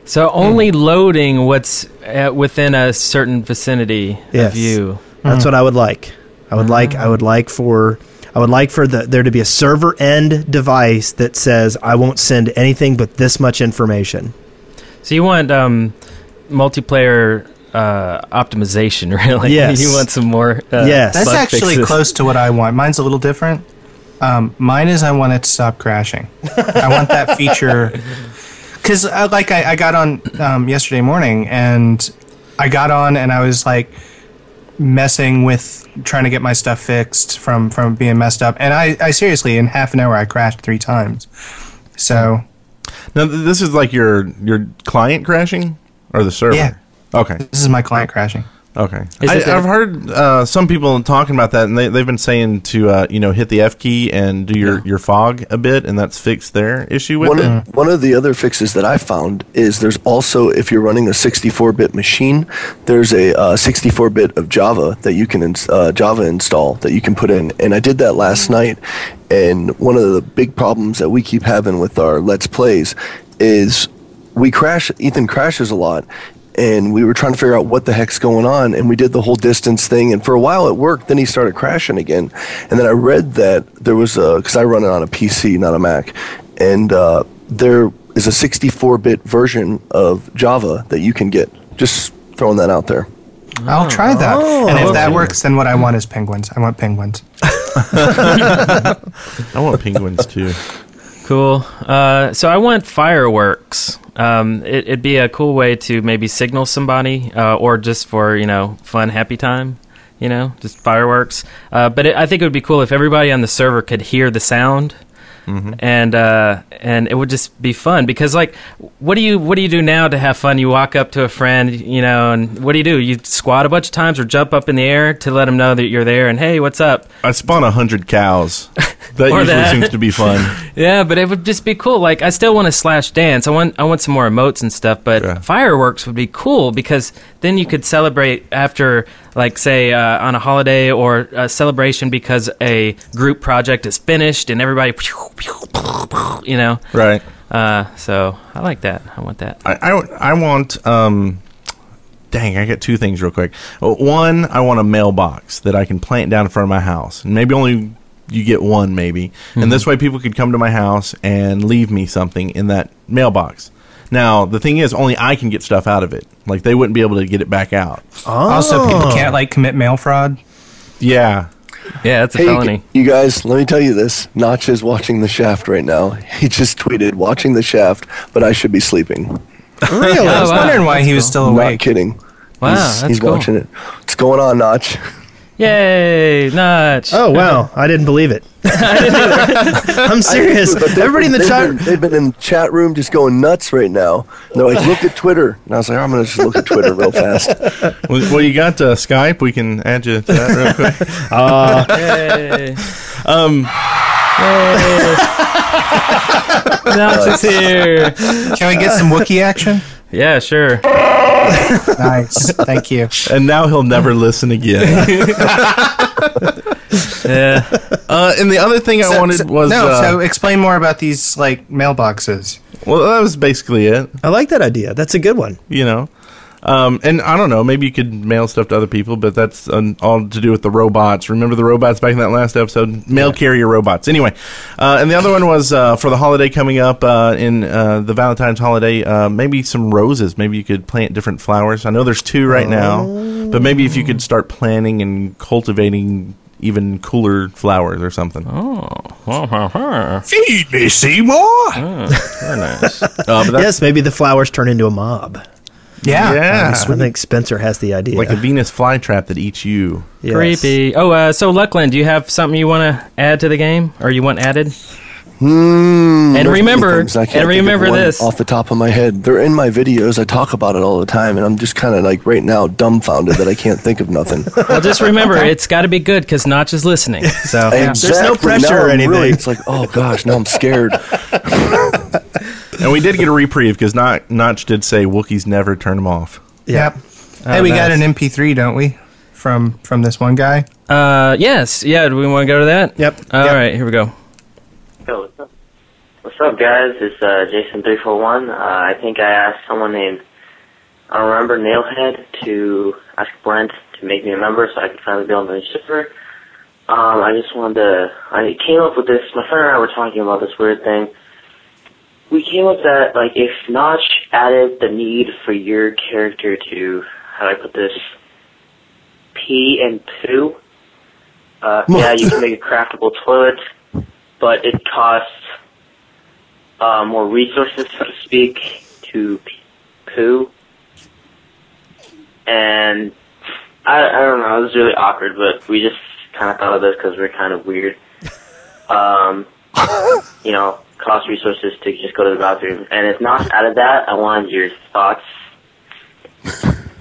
B: So
A: Hmm.
B: only loading what's uh within a certain vicinity
A: Yes.
B: of you.
A: that's what i would like i would like i would like for i would like for the, there to be a server end device that says i won't send anything but this much information
B: So you want um, multiplayer uh, optimization, really?
A: Yes.
B: you want some more. Uh,
A: Yes.
D: That's
B: bug
D: actually
B: fixes.
D: close to what I want. Mine's a little different. Um, mine is I want it to stop crashing. I want that feature because, uh, like, I, I got on um, yesterday morning and I got on and I was like messing with trying to get my stuff fixed from from being messed up, and I, I seriously in half an hour I crashed three times. So
F: now th- this is like your your client crashing or the server.
D: Yeah.
F: Okay.
D: this is my client crashing.
F: Okay.
B: Is
F: I,
B: it that-
F: I've heard uh, some people talking about that, and they, they've been saying to uh, you know hit the F key and do your, your fog a bit, and that's fixed their issue with
E: One
F: it.
E: of, one of the other fixes that I found is there's also, if you're running a 64 bit machine, there's a uh, 64 bit of Java that you can ins- uh, Java install that you can put in. And I did that last night. And one of the big problems that we keep having with our Let's Plays is we crash, Ethan crashes a lot. And we were trying to figure out what the heck's going on. And we did the whole distance thing. And for a while it worked. Then he started crashing again. And then I read that there was a, because I run it on a PC, not a Mac and uh, there is a 64-bit version of Java that you can get. Just throwing that out there.
B: Oh.
D: I'll try that. and if that
F: okay.
D: works, then what I want is penguins. I want penguins.
B: Oh.
F: I want penguins too.
B: Cool. Uh, so I want fireworks. Um, it, it'd be a cool way to maybe signal somebody, uh, or just for you know fun, happy time. You know, just fireworks. Uh, but it, I think it would be cool if everybody on the server could hear the sound, and uh, and it would just be fun because like, what do you what do you do now to have fun? You walk up to a friend, you know, and what do you do? You squat a bunch of times or jump up in the air to let them know that you're there and hey, what's up?
F: I spawn a hundred cows. That
B: Or
F: usually
B: that.
F: seems to be fun.
B: Yeah, but it would just be cool. Like I still want to slash dance. I want I want some more emotes and stuff. But
F: Yeah.
B: fireworks would be cool because then you could celebrate after, like say uh, on a holiday or a celebration because a group project is finished and everybody, you know.
F: Right.
B: Uh, so I like that. I want that.
F: I, I, I want um dang i got two things real quick Uh, one i want a mailbox that i can plant down in front of my house and maybe only you get one maybe and this way people could come to my house and leave me something in that mailbox now the thing is only i can get stuff out of it like they wouldn't be able to get it back out
D: Also, people can't like commit mail fraud.
F: yeah
B: Yeah, that's a
E: Hey,
B: felony.
E: you guys, let me tell you this. Notch is watching The Shaft right now. He just tweeted, watching The Shaft, but I should be sleeping.
A: Really?
D: I was
B: Oh, wow.
D: wondering why he was still
E: Not
D: awake.
E: kidding.
B: Wow,
E: he's,
B: that's
E: he's
B: cool.
E: watching it. What's going on, Notch?
B: Yay, notch.
A: Oh wow! I didn't believe it. I'm serious.
E: they've-
A: Everybody in the
E: they've
A: chat.
E: been- they've been in the chat room just going nuts right now. And they're like, look at Twitter. And I was like, "Oh, I'm going to just look at Twitter real fast.
F: well, well you got uh, skype we can add you to that real quick Ah.
B: Yay. um. Notch is here.
D: Can we get some Wookiee action?
B: Yeah, sure.
D: Nice. Thank you.
F: and now he'll never listen again
B: Yeah.
F: uh, and the other thing i
D: So-
F: wanted
D: so-
F: was
D: no.
F: uh,
D: so explain more about these like mailboxes.
F: well that was basically it
A: I like that idea. That's a good one.
F: you know. Um, and I don't know, maybe you could mail stuff to other people, but that's um, all to do with the robots. Remember the robots back in that last episode? Mail carrier robots. Anyway, uh, and the other one was uh, for the holiday coming up uh, in uh, the Valentine's holiday, uh, maybe some roses. Maybe you could plant different flowers. I know there's two right
D: Oh.
F: now, but maybe if you could start planting and cultivating even cooler flowers or something.
D: Feed me, Seymour.
F: Ah, Uh, but that's,
A: Yes, maybe the flowers turn into a mob.
D: Yeah.
F: Yeah.
A: I think Spencer has the idea.
F: Like a Venus flytrap that eats you.
A: Yes.
B: Creepy. Oh, uh, so Luckland, do you have something you want to add to the game, or you want added? and
E: Hmm, There's many
B: remember,
E: things. I can't
B: and
E: think of
B: remember
E: one
B: this.
E: off the top of my head. They're in my videos. I talk about it all the time, and I'm just kind of like right now dumbfounded that I can't think of nothing.
B: Well, just remember, it's got to be good because Notch is listening. So
A: There's no pressure
E: Now
A: or
E: I'm really-
A: anything.
E: it's like, oh gosh, now I'm scared.
F: And we did get a reprieve because Notch did say Wookiees never turn them off.
D: Yep.
F: Oh,
D: hey, we got
B: nice.
D: an MP3, don't we? From from this one guy.
B: uh, yes, yeah. Do we want to go to that?
A: Yep.
B: All right,
A: Yep.
B: here we go.
G: Yo, what's up? What's up, guys? It's uh, Jason341. Uh, I think I asked someone named, I don't remember, Nailhead, to ask Brent to make me a member so I could finally be on the server. Um, I just wanted to, I came up with this, my friend and I were talking about this weird thing. We came up that, like, if Notch added the need for your character to, how do I put this, pee and poo, uh, yeah, you can make a craftable toilet, but it costs uh, more resources, so to speak, to p- poo. And I, I don't know, it was really awkward, but we just kind of thought of this because we're kind of weird. Um, you know, cost resources to just go to the bathroom. And if not out of that, I wanted your thoughts.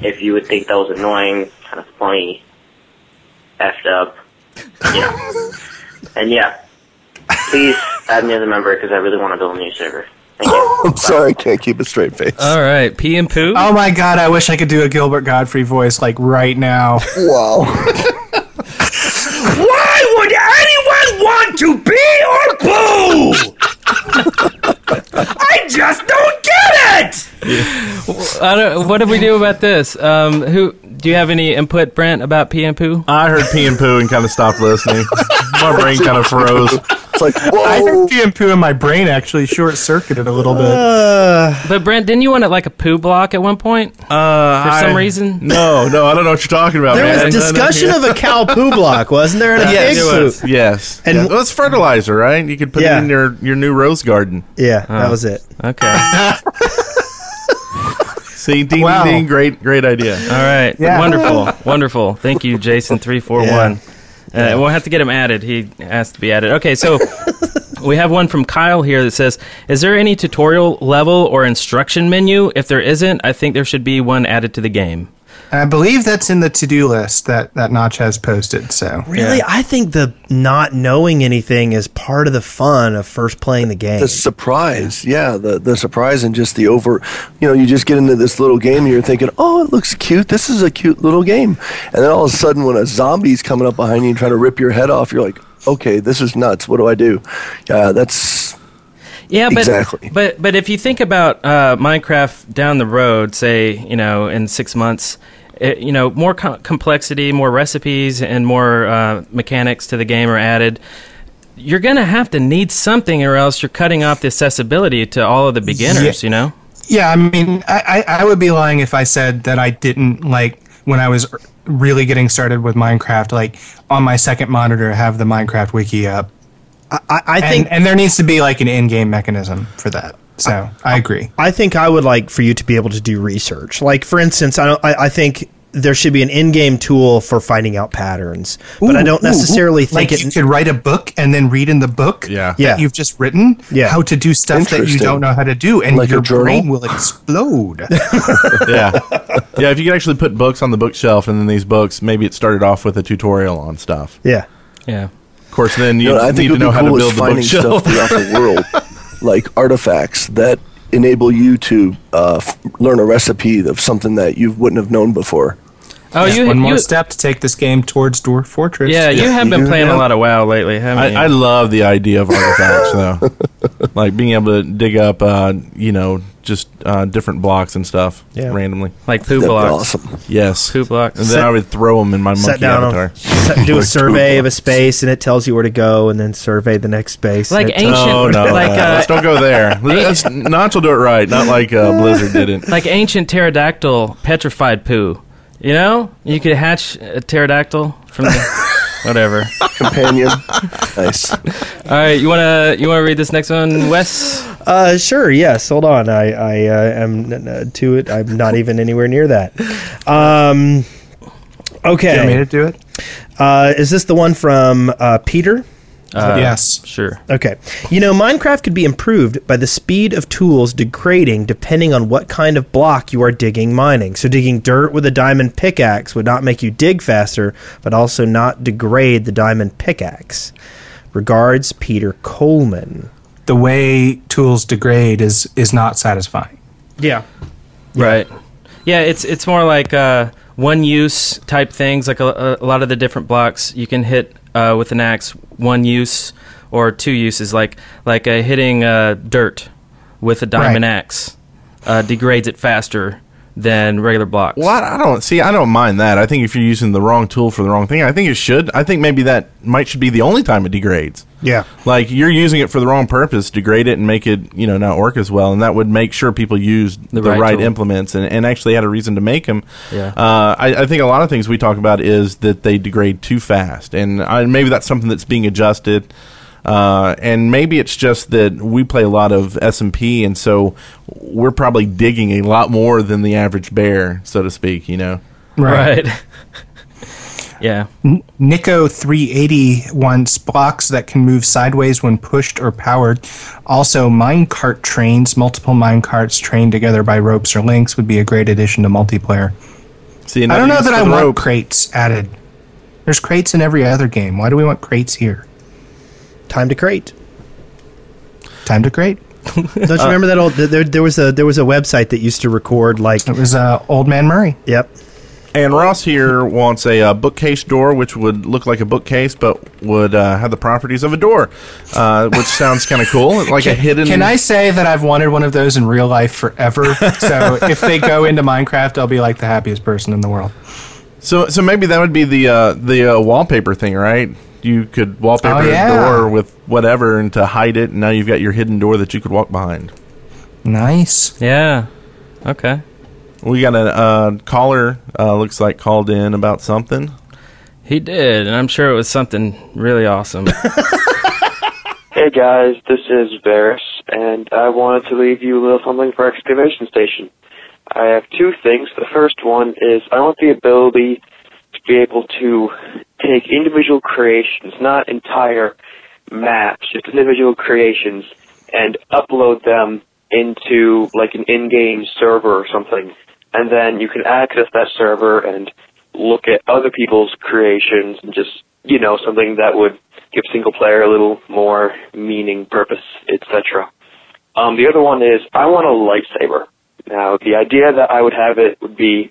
G: if you would think that was annoying, kind of funny, effed up. Yeah. and yeah, please add me as a member because I really want to build a new server. Thank you.
E: I'm sorry, I can't keep a straight face.
B: All right, pee and poo.
D: Oh my god, I wish I could do a Gilbert Godfrey voice like right now.
E: wow.
H: Why would anyone want to be or boo? I just don't get it!
B: I don't, what do we do about this? Um, who do you have any input, Brent, about pee and poo?
F: I heard pee and poo and kind of stopped listening. My brain kind of froze.
E: It's like,
D: I
E: whoa.
D: think pee and poo in my brain actually short circuited a little bit.
A: Uh.
B: But Brent, didn't you want it like a poo block at one point?
F: Uh,
B: For some
F: I-
B: reason?
F: No, no, I don't know what you're talking about.
A: There
F: man.
A: was discussion of a cow poo block, wasn't there? And a
F: Yes,
A: pig
F: it
A: poo.
F: was. Yes,
A: And-
F: and it was fertilizer, right? You could put
A: Yeah.
F: it in your, your new rose garden. Oh.
A: Yeah, that was it.
B: Okay. All
F: See, ding,
D: Wow.
F: ding, ding, great, great idea.
B: right.
D: Yeah.
B: Wonderful. Wonderful. Thank you, Jason. Three four one. Uh, we'll have to get him added. He has to be added. Okay, so we have one from Kyle here that says, "Is there any tutorial level or instruction menu? If there isn't, I think there should be one added to the game."
D: And I believe that's in the to do list that, that Notch has posted. So
A: Really, I think the not knowing anything is part of the fun of first playing the game.
E: The surprise, yeah, the the surprise and just the over, you know, you just get into this little game and you're thinking, oh, it looks cute. This is a cute little game, and then all of a sudden, when a zombie's coming up behind you and trying to rip your head off, you're like, okay, this is nuts. What do I do? Yeah, that's
B: Yeah, but
E: Exactly.
B: but but if you think about uh, Minecraft down the road, say you know in six months, it, you know more co- complexity, more recipes, and more uh, mechanics to the game are added. You're gonna have to need something, or else you're cutting off the accessibility to all of the beginners. You know,
D: Yeah, I mean, I, I, I would be lying if I said that I didn't like when I was really getting started with Minecraft, like on my second monitor, have the Minecraft wiki up.
A: I, I
D: And,
A: think
D: and there needs to be like an in game mechanism for that. So I, agree.
A: I think I would like for you to be able to do research. Like for instance, I don't. I, I think there should be an in-game tool for finding out patterns, but I don't
D: Ooh, ooh,
A: necessarily think
D: like you
A: it.
D: could write a book and then read in the book
F: Yeah.
D: that
A: Yeah.
D: you've just written
A: Yeah.
D: how to do stuff that you
E: Interesting.
D: don't know how to do and
E: Like a
D: your
E: journal?
D: brain will explode.
F: Yeah, yeah. If you could actually put books on the bookshelf, and then these books, maybe it started off with a tutorial on stuff.
A: yeah,
B: yeah.
F: Of course, then you
E: you know, I
F: need
E: think it
F: to
E: would
F: know
E: be
F: how to
E: cool
F: build
E: is
F: the
E: finding
F: bookshelf.
E: stuff throughout the world, like artifacts that enable you to uh, f- learn a recipe of something that you wouldn't have known before.
B: Oh, you
D: One more
B: you,
D: step to take this game towards Dwarf Fortress.
B: yeah, you have been
E: You
B: playing a
E: know.
B: lot of WoW lately, haven't you?
F: I, I love the idea of artifacts, though. Like being able to dig up, uh, you know, just uh, different blocks and stuff
A: Yeah.
F: randomly.
B: like poo
E: That'd be
B: blocks,
E: awesome.
F: Yes,
B: poo blocks.
F: and then I would throw them in my
A: set
F: monkey
A: down,
F: avatar.
A: on, set- do a survey of a space, and it tells you where to go, and then survey the next space. and
B: Like
A: it
B: ancient-
F: Oh no!
B: Like,
F: no,
B: uh,
F: let's don't go there. Let's, Notch will do it right, not like uh, Blizzard did it.
B: like ancient pterodactyl petrified poo. You know, you could hatch a pterodactyl from the, whatever.
E: Companion, nice.
B: All right, you wanna you wanna read this next one, Wes?
A: Uh, sure. Yes. Hold on. I I uh, am n- n- to it. I'm not even anywhere near that. Um,
D: You want me
A: okay.
D: to do it?
A: Uh, is this the one from uh, Peter?
B: Uh,
D: yes.
B: Sure.
A: Okay. You know, Minecraft could be improved by the speed of tools degrading depending on what kind of block you are digging mining. So, digging dirt with a diamond pickaxe would not make you dig faster, but also not degrade the diamond pickaxe. Regards, Peter Coleman.
D: the way tools degrade is is not satisfying.
A: Yeah.
B: Right. Yeah, it's it's more like uh, one use type things. Like a, a lot of the different blocks you can hit uh, with an axe, one use or two uses. Like like uh, hitting uh, dirt with a diamond
D: Right.
B: axe uh, degrades it faster than regular blocks.
F: Well, I I don't see. I don't mind that. I think if you're using the wrong tool for the wrong thing, I think it should. I think maybe that might should be the only time it degrades.
A: Yeah.
F: Like you're using it for the wrong purpose, degrade it and make it you know not work as well, and that would make sure people use the,
B: right
F: right,
B: tool.
F: implements and, and actually had a reason to make them.
B: Yeah.
F: Uh, I, I think a lot of things we talk about is that they degrade too fast, and I, maybe that's something that's being adjusted. Uh, and maybe it's just that we play a lot of S and P, and so we're probably digging a lot more than the average bear, so to speak. You know.
B: right. yeah.
D: Nico 380 wants blocks that can move sideways when pushed or powered. Also, minecart trains, multiple minecarts trained together by ropes or links would be a great addition to multiplayer.
F: See,
D: I don't know that I want
F: rope.
D: crates added. There's crates in every other game. Why do we want crates here?
A: Time to crate.
D: Time to crate.
F: Uh,
A: Don't you remember that old? There, there was a there was a website that used to record like.
D: It was uh, Old Man Murray.
A: Yep.
F: And Ross here wants a uh, bookcase door, which would look like a bookcase, but would uh, have the properties of a door, uh, which sounds kind of cool, like a hidden.
D: Can I say that I've wanted one of those in real life forever? so if they go into Minecraft, I'll be like the happiest person in the world.
F: So, so maybe that would be the uh, the uh, wallpaper thing, right? You could wallpaper
D: Oh, yeah.
F: a door with whatever, and to hide it, and now you've got your hidden door that you could walk behind.
D: Nice.
B: Yeah. Okay.
F: We got a uh, caller, uh, looks like called in about something.
B: He did, and I'm sure it was something really awesome.
I: Hey guys, this is Varys, and I wanted to leave you a little something for Excavation Station. I have two things. The first one is I want the ability to be able to take individual creations, not entire maps, just individual creations, and upload them into like an in-game server or something. And then you can access that server and look at other people's creations and just, you know, something that would give single player a little more meaning, purpose, etc. Um, the other one is I want a lightsaber. Now, the idea that I would have it would be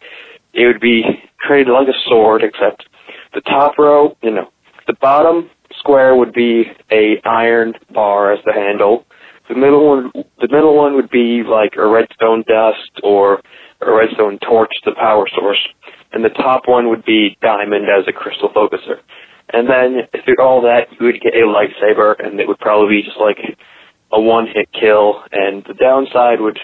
I: it would be created like a sword, except the top row, you know, the bottom square would be a iron bar as the handle. The middle one, the middle one would be like a redstone dust or a redstone torch, the power source, and the top one would be diamond as a crystal focuser. And then through all that, you would get a lightsaber, and it would probably be just like a one-hit kill. And the downside would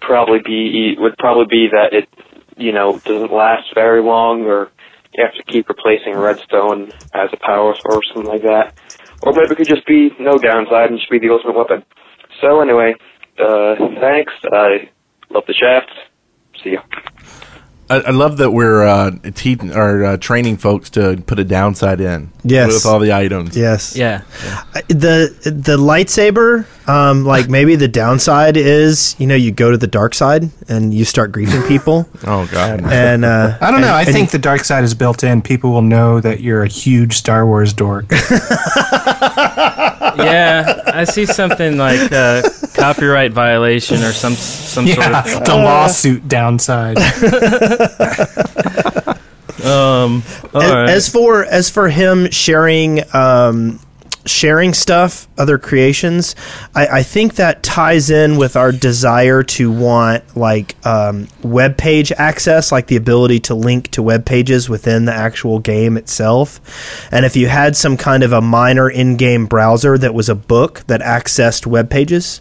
I: probably be would probably be that it you know doesn't last very long, or you have to keep replacing redstone as a power source, something like that. Or maybe it could just be no downside and just be the ultimate weapon. So anyway, uh, thanks. I love the shaft. See ya.
F: I, I love that we're uh, te- or, uh, training folks to put a downside in
A: Yes.
F: with all the items.
A: Yes.
B: yeah.
A: the the lightsaber um like maybe the downside is you know you go to the dark side and you start griefing people
F: Oh God.
A: and uh
D: I don't know.
A: and-
D: I
A: and
D: think the dark side is built in. People will know that you're a huge Star Wars dork.
B: Yeah. I see something like uh, copyright violation or some some
D: yeah,
B: sort Uh,
D: the lawsuit downside.
B: of.
A: as,
B: All right.
A: Um, as for as for him sharing um sharing stuff other creations i i think that ties in with our desire to want like um web page access like the ability to link to web pages within the actual game itself and if you had some kind of a minor in-game browser that was a book that accessed web pages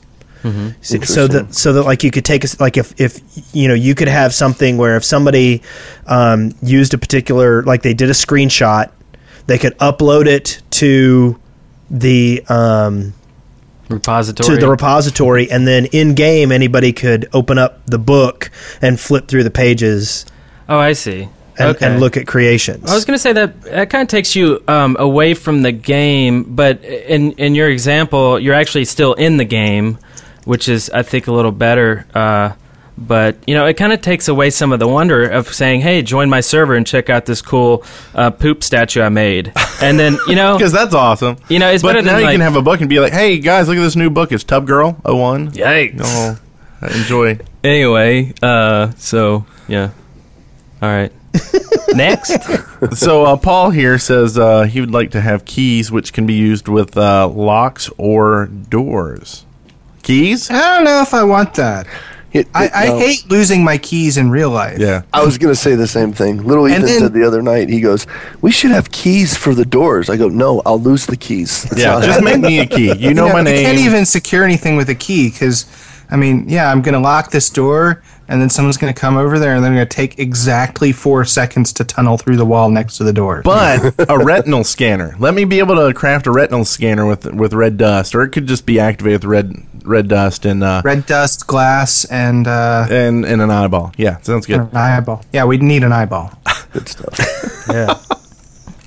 A: so, so that so that like you could take us like if if you know you could have something where if somebody um, used a particular like they did a screenshot they could upload it to the um,
B: repository.
A: to the repository and then in game anybody could open up the book and flip through the pages
B: oh, I see.
A: and,
B: okay.
A: and look at creations
B: I was going to say that that kind of takes you um, away from the game, but in in your example, you're actually still in the game, which is I think a little better. Uh, but you know, it kind of takes away some of the wonder of saying, "Hey, join my server and check out this cool uh, poop statue I made," and then you know,
F: Because that's awesome.
B: You know, it's
F: but
B: better than,
F: now you
B: like-
F: can have a book and be like, "Hey guys, look at this new book. It's Tub Girl 01.
B: yikes.
F: Oh, enjoy.
B: Anyway, uh, so yeah, all right. Next,
F: so uh, Paul here says uh, he would like to have keys which can be used with uh, locks or doors. Keys? uh,
D: I don't know if I want that.
E: It-
D: I,
E: it-
D: I
E: no.
D: hate losing my keys in real life.
E: I was gonna say the same thing. Little Ethan
D: And then-
E: said the other night. He goes, "We should have keys for the doors." I go, "No, I'll lose the keys." That's
F: Yeah.
E: not
F: Just make me a key. You know
D: Yeah,
F: my
D: I
F: name.
D: can't even secure anything with a key because, I mean, yeah, I'm going to lock this door and then someone's going to come over there and they're going to take exactly four seconds to tunnel through the wall next to the door.
F: but a retinal scanner. Let me be able to craft a retinal scanner with with red dust, or it could just be activated with red red dust and uh,
D: Red dust, glass, and uh,
F: and and an eyeball. Yeah, sounds good.
D: an eyeball. Yeah, we'd need an eyeball.
E: good stuff.
A: yeah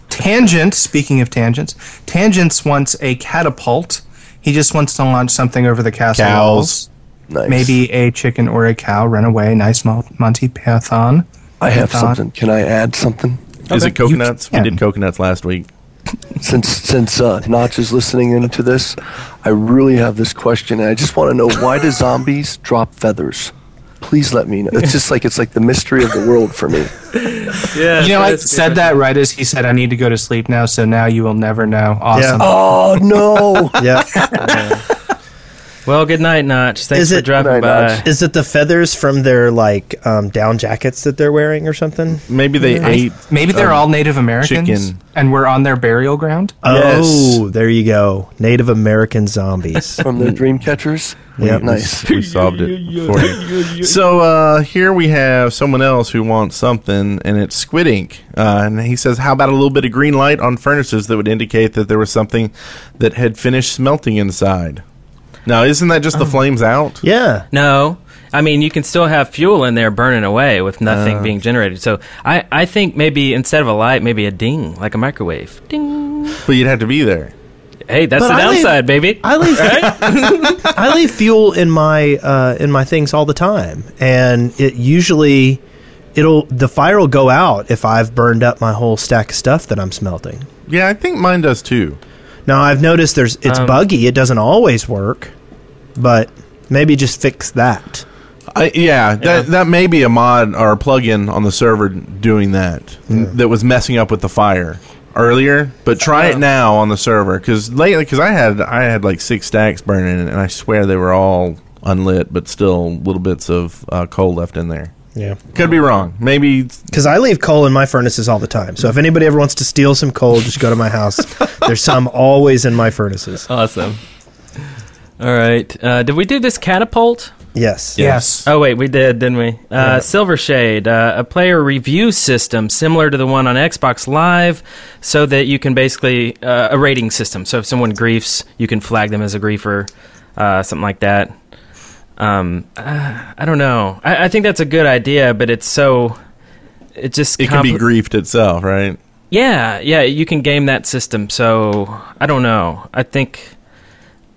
D: Tangent, speaking of tangents, Tangents wants a catapult. He just wants to launch something over the castle.
F: Cows.
D: walls.
E: Nice.
D: Maybe a chicken or a cow run away. Nice Mon- Monty Python.
E: I have
F: Thought.
E: something. Can I add something?
F: Is it coconuts? We did coconuts last week.
E: Since since uh, Notch is listening into this, I really have this question, and I just want to know why do zombies drop feathers? Please let me know. It's just like it's like the mystery of the world for me.
B: Yeah,
D: you know, I said that right as he said, "I need to go to sleep now." So now you will never know. Awesome.
E: Oh no!
A: Yeah.
B: Well, good night, Notch. Thanks
A: Is
B: for
A: it-
B: dropping
E: Good night,
B: by.
E: Notch.
A: Is it the feathers from their like um, down jackets that they're wearing or something?
F: Maybe they ate.
D: Maybe they're
E: um,
D: all Native Americans,
F: chicken.
D: and we're on their burial ground.
E: Yes.
A: Oh, there you go. Native American zombies.
E: From the dream catchers. Yeah,
A: Yep.
E: nice.
F: We solved it for you. So uh, here we have someone else who wants something, and it's Squid Ink. Uh, and he says, "How about a little bit of green light on furnaces that would indicate that there was something that had finished smelting inside?" Now, isn't that just the flames out?
A: yeah.
B: No. I mean, you can still have fuel in there burning away with
A: Uh.
B: nothing being generated. So I, I think maybe instead of a light, maybe a ding, like a microwave. Ding.
F: But you'd have to be there.
B: Hey, that's
A: But
B: the
A: I leave-
B: downside, baby.
A: I leave I leave fuel in my uh, in my things all the time, and it usually it'll the fire will go out if I've burned up my whole stack of stuff that I'm smelting.
F: Yeah, I think mine does too.
A: Now I've noticed there's it's buggy. It doesn't always work, but maybe just fix that.
F: I, yeah, that that may be a mod or a plugin on the server doing that that was messing up with the fire earlier. But try it now on the server because lately, because I had I had like six stacks burning, and I swear they were all unlit, but still little bits of uh, coal left in there.
A: Yeah,
F: Could be wrong. Maybe it's-
A: because I leave coal in my furnaces all the time. So if anybody ever wants to steal some coal, just go to my house. There's some always in my furnaces.
B: Awesome. All right. Uh, did we do this catapult?
A: Yes.
D: Yes.
B: Oh wait, we did, didn't we? Uh, Silver Shade, uh, a player review system similar to the one on Xbox Live, so that you can basically uh, a rating system. So if someone griefs, you can flag them as a griefer, uh, something like that. Um, uh, I don't know. I, I think that's a good idea, but it's so it just
F: it can be
B: compli-
F: griefed itself, right?
B: yeah, yeah, you can game that system. So I don't know. I think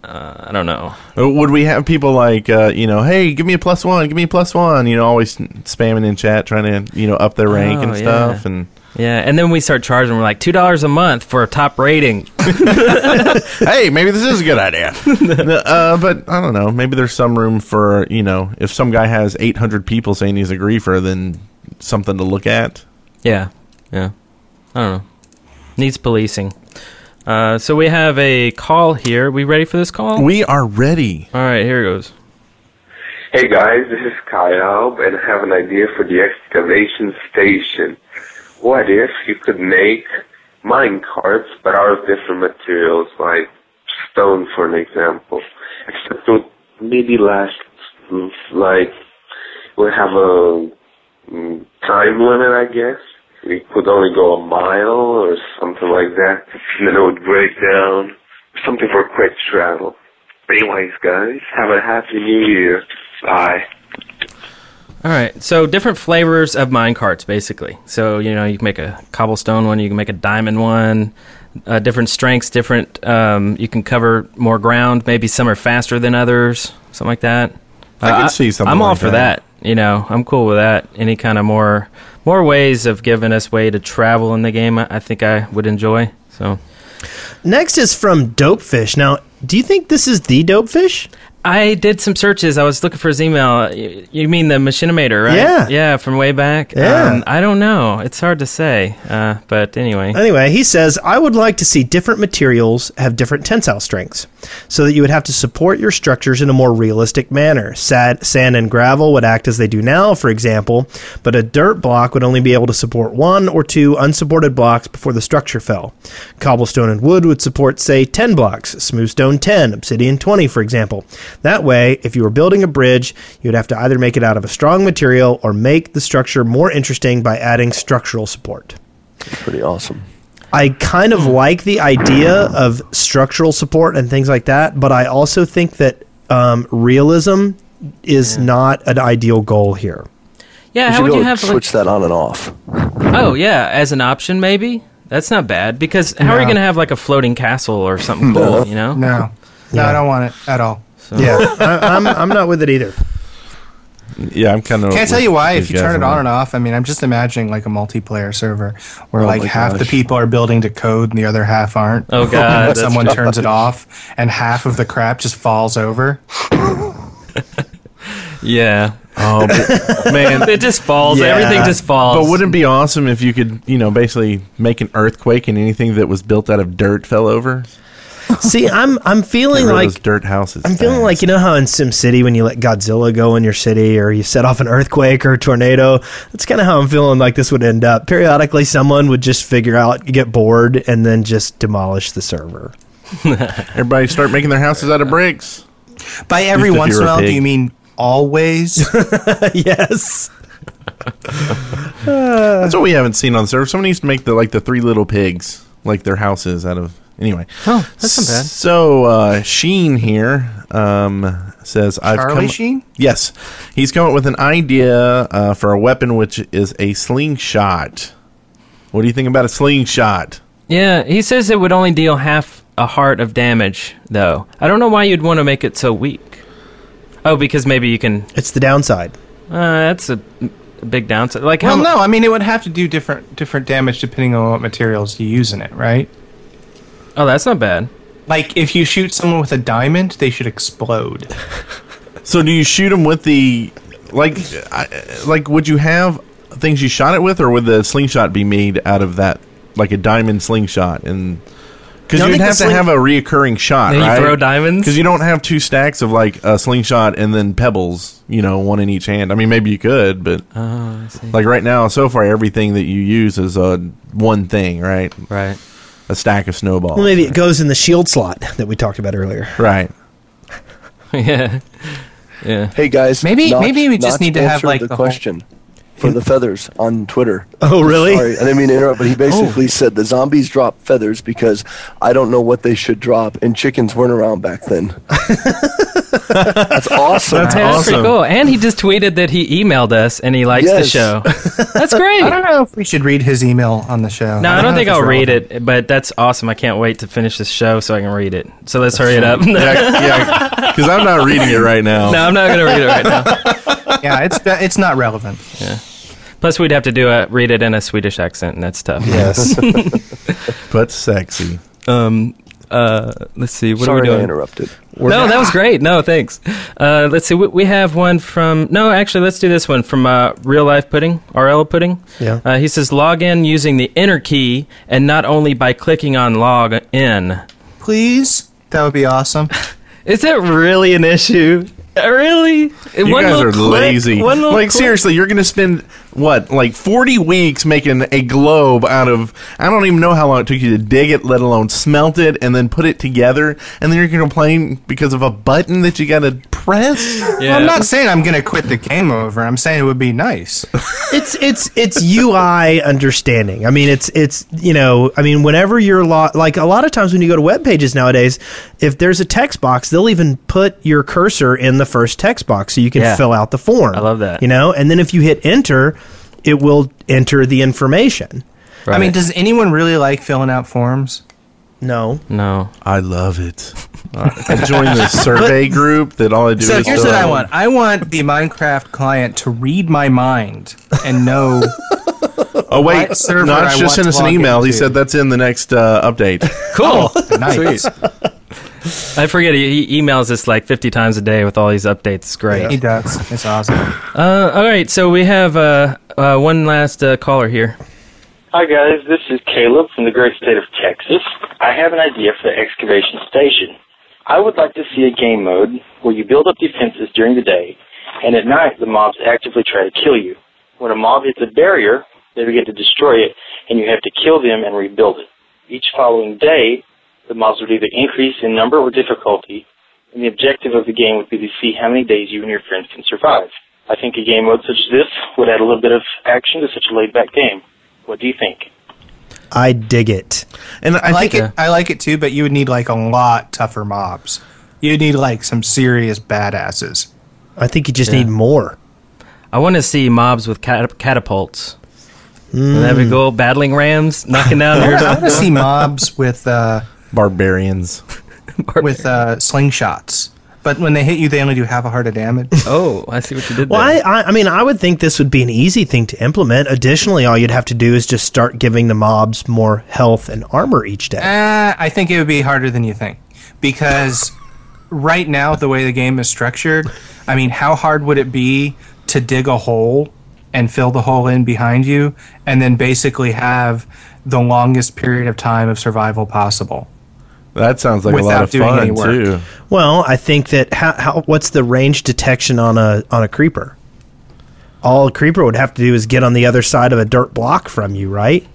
B: uh, I don't know.
F: Uh, Would we have people like uh, you know, hey, give me a plus one, give me a plus one, you know, always spamming in chat, trying to you know up their rank
B: Oh,
F: and
B: yeah.
F: stuff, and
B: Yeah, and then we start charging. We're like two dollars a month for a top rating.
F: hey, maybe this is a good idea. uh, but I don't know. Maybe there's some room for you know, if some guy has 800 people saying he's a griefer, then something to look at.
B: Yeah, yeah. I don't know. Needs policing. Uh, so we have a call here. We ready for this call?
F: We are ready.
B: All right, here it goes.
I: Hey guys, this is Kyle, and I have an idea for the excavation station. What if you could make mine carts, but out of different materials, like stone, for an example? Except it would maybe last, mm, like, we have a mm, time limit, I guess. We could only go a mile or something like that, and then it would break down. Something for quick travel. Anyways, guys, have a happy new year. Bye.
B: All right, so different flavors of mine carts, basically. So you know, you can make a cobblestone one, you can make a diamond one. Uh, different strengths, different. Um, you can cover more ground. Maybe some are faster than others, something like that.
F: I
B: Uh,
F: could see something
B: I'm all
F: like
B: for
F: that.
B: that. You know, I'm cool with that. Any kind of more more ways of giving us way to travel in the game, I, I think I would enjoy. So
A: Next is from Dopefish. Now, do you think this is the Dopefish?
B: I did some searches. I was looking for his email. You, you mean the Machinimator, right?
A: Yeah.
B: yeah, from way back. Um,
A: Yeah.
B: I don't know. It's hard to say. Uh, but anyway.
A: Anyway, he says, I would like to see different materials have different tensile strengths so that you would have to support your structures in a more realistic manner. Sad, sand and gravel would act as they do now, for example, but a dirt block would only be able to support one or two unsupported blocks before the structure fell. Cobblestone and wood would support, say, 10 blocks, smooth stone 10, obsidian 20, for example. That way, if you were building a bridge, you'd have to either make it out of a strong material or make the structure more interesting by adding structural support.
E: Pretty awesome.
A: I kind
F: Hmm.
A: of like the idea of structural support and things like that, but I also think that um, realism is not an ideal goal here.
B: Yeah,
E: We
B: how
E: should
B: would
E: go
B: you have like,
E: switch that on and off.
B: Oh, yeah, as an option maybe? That's not bad because how are you
D: No.
B: going to have like a floating castle or something cool, you know?
D: No, no, I don't want it at all.
A: Yeah, I, I'm, I'm not with it either.
F: Yeah, I'm kind of.
D: Can't tell you why. If you turn it on and off, I mean, I'm just imagining like a multiplayer server where
F: Oh
D: like
F: my
D: half the
F: gosh.
D: people are building to code and the other half aren't.
F: Oh, God,
D: And
F: that's
D: someone
F: right.
D: turns it off and half of the crap just falls over.
B: Yeah.
F: Oh but- man,
B: It just falls. Everything just falls.
F: But wouldn't it be awesome if you could, you know, basically make an earthquake and anything that was built out of dirt fell over?
A: See, I'm I'm feeling
F: Get rid of
A: like
F: those dirt houses.
A: I'm feeling like you know how in SimCity when you let Godzilla go in your city or you set off an earthquake or a tornado, that's kind of how I'm feeling like this would end up. Periodically, someone would just figure out, get bored, and then just demolish the server.
F: Everybody start making their houses out of bricks.
D: By every
F: Just if
D: once in
F: you're
D: a
F: a
D: while, do
F: pig.
D: you mean always?
A: yes.
F: That's what we haven't seen on the server. Someone used to make the like the three little pigs, like their houses out of anyway.
B: Oh, that's not bad.
F: So uh, Sheen here um, says I've
D: Charlie
F: come-
D: Sheen?
F: Yes, he's come up with an idea uh, for a weapon, which is a slingshot. What do you think about a slingshot?
B: Yeah, he says it would only deal half a heart of damage, though. I don't know why you'd want to make it so weak. Oh, because maybe you can.
A: It's the downside.
B: Uh, that's a, a big downside. Like how?
D: well, no. I mean, it would have to do different different damage depending on what materials you use in it, right?
B: Oh, that's not bad.
D: Like if you shoot someone with a diamond, they should explode.
F: So do you shoot him with the like I, like would you have things you shot it with, or would the slingshot be made out of that like a diamond slingshot and because
A: No, I
F: you'd
A: think
F: have
A: the
F: to
A: sling-
F: have a reoccurring shot,
B: Then you
F: right?
B: throw diamonds?
F: because you don't have two stacks of like a slingshot and then pebbles, you know, one in each hand. I mean, maybe you could, but
B: Oh, I see.
F: like right now, so far everything that you use is a one thing, right?
B: Right.
F: A stack of snowballs,
A: Well, maybe it goes in the shield slot that we talked about earlier.
F: right?
B: yeah. Yeah.
E: Hey guys,
D: Maybe-
E: Notch-
D: maybe we just
E: Notch
D: need to have,
E: answered
D: like,
E: the,
D: the whole-
E: question for the feathers on Twitter.
A: Oh, really?
E: Sorry, I didn't mean to interrupt, but he basically
D: Oh.
E: said the zombies drop feathers because I don't know what they should drop, and chickens weren't around back then. That's awesome.
B: Hey, that's pretty
F: Awesome.
B: cool. And he just tweeted that he emailed us and he likes the
E: Yes.
B: show. That's great.
D: I don't know if we should read his email on the show.
B: No, I don't,
D: know
B: think
D: if it's
B: I'll read
D: relevant.
B: it, but that's awesome. I can't wait to finish this show so I can read it. So let's hurry it up.
F: Yeah, yeah, because I'm not reading it right now.
B: no, I'm not going to read it right now.
D: yeah, it's it's not relevant.
B: Plus, we'd have to do a read it in a Swedish accent, and that's tough.
A: Yes.
F: but sexy.
B: Um, uh, let's see. What
E: Sorry
B: are we
E: I
B: doing?
E: interrupted.
B: No, that was great. No, thanks. Uh, let's see. We, we have one from. No, actually, let's do this one from uh, Real Life Pudding, RL Pudding.
A: Yeah.
B: Uh, he says log in using the enter key and not only by clicking on log in.
D: Please, that would be awesome.
B: Is that really an issue? Uh, Really?
F: You guys are lazy. like seriously, you're gonna spend what, like forty weeks making a globe out of I don't even know how long it took you to dig it, let alone smelt it, and then put it together, and then you're gonna complain because of a button that you gotta press?
B: Yeah.
D: I'm not saying I'm gonna quit the game over. I'm saying it would be nice.
A: it's it's it's UI understanding. I mean, it's it's you know, I mean, whenever you're lo- like a lot of times when you go to web pages nowadays, if there's a text box, they'll even put your cursor in the first text box so you can
B: Yeah.
A: fill out the form.
B: I love that.
A: You know, and then if you hit enter, it will enter the information.
D: I mean, does anyone really like filling out forms?
A: No,
B: no.
F: I love it. I joined the survey group that all I do
D: So
F: is
D: here's
F: fill
D: what I
F: out-
D: want. I want the Minecraft client to read my mind and know.
F: Oh wait,
D: What server I
F: Notch
D: want
F: just sent
D: to
F: us an
D: log
F: email. He
D: into. Oh,
F: said that's in the next uh, update.
B: Cool.
D: nice.
B: I forget. He, he emails us like 50 times a day with all these updates. It's great.
D: He does. It's awesome.
B: Uh, all right. So we have uh, uh, one last uh, caller here.
I: Hi guys, this is Caleb from the great state of Texas. I have an idea for the excavation station. I would like to see a game mode where you build up defenses during the day, and at night the mobs actively try to kill you. When a mob hits a barrier, they begin to destroy it, and you have to kill them and rebuild it. Each following day, the mobs would either increase in number or difficulty, and the objective of the game would be to see how many days you and your friends can survive. I think a game mode such as this would add a little bit of action to such a laid-back game. What do you think?
A: I dig it.
F: And I,
D: I
F: think
D: like it. I like it too, but you would need like a lot tougher mobs. You'd need like some serious badasses.
A: I think you just need more.
B: I want to see mobs with cat- catapults. That'd be cool. Battling rams, knocking down
D: I
B: your.
D: want to see mobs with uh,
F: barbarians.
D: with uh, slingshots. But when they hit you, they only do half a heart of damage.
B: Oh, I see what you did
A: Well, I, I, I mean, I would think this would be an easy thing to implement. Additionally, all you'd have to do is just start giving the mobs more health and armor each day.
D: Uh, I think it would be harder than you think because right now the way the game is structured, I mean, how hard would it be to dig a hole and fill the hole in behind you and then basically have the longest period of time of survival possible?
F: That sounds like
D: Without
F: a lot of
D: doing any
F: fun
D: work.
F: too.
A: Well, I think that how, how what's the range detection on a on a creeper? All a creeper would have to do is get on the other side of a dirt block from you, right?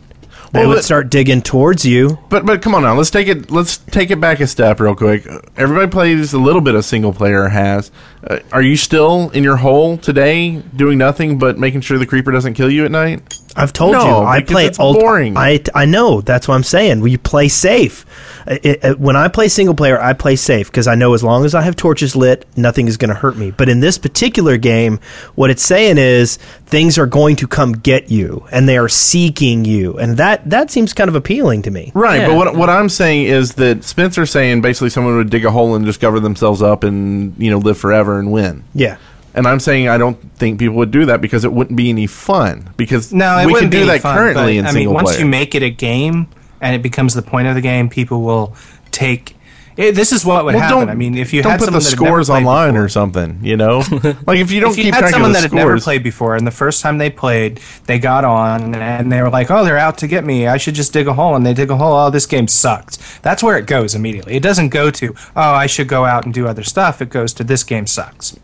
A: They
F: Well,
A: would
F: but-
A: start digging towards you.
F: But but come on now, let's take it let's take it back a step real quick. Everybody plays a little bit of single player has. Uh, are you still in your hole today doing nothing but making sure the creeper doesn't kill you at night?
A: I've told
F: No,
A: you, I
F: because
A: play
F: it's
A: ult-
F: boring.
A: I I know that's what I'm saying. We play safe. I- I- I- when I play single player, I play safe because I know as long as I have torches lit, nothing is going to hurt me. But in this particular game, what it's saying is things are going to come get you, and they are seeking you, and that that seems kind of appealing to me.
F: Right,
B: Yeah.
F: but what what I'm saying is that Spencer's saying basically someone would dig a hole and just cover themselves up and you know live forever and win.
A: Yeah.
F: And I'm saying I don't think people would do that because it wouldn't be any fun. Because
D: No, it
F: we
D: wouldn't
F: can do
D: be any
F: that
D: fun, but,
F: currently in
D: I mean,
F: single
D: once
F: player.
D: you make it a game and it becomes the point of the game, people will take. eh, this is what would
F: Well,
D: happen. I mean, if you
F: don't
D: had
F: put the
D: someone that had never
F: scores
D: played
F: online or something, you know, like if you don't
D: if you
F: keep
D: had
F: track
D: someone
F: of the
D: that had
F: scores,
D: never played before and the first time they played they got on and they were like oh they're out to get me i should just dig a hole and they dig a hole oh this game sucked that's where it goes immediately it doesn't go to oh i should go out and do other stuff it goes to this game sucks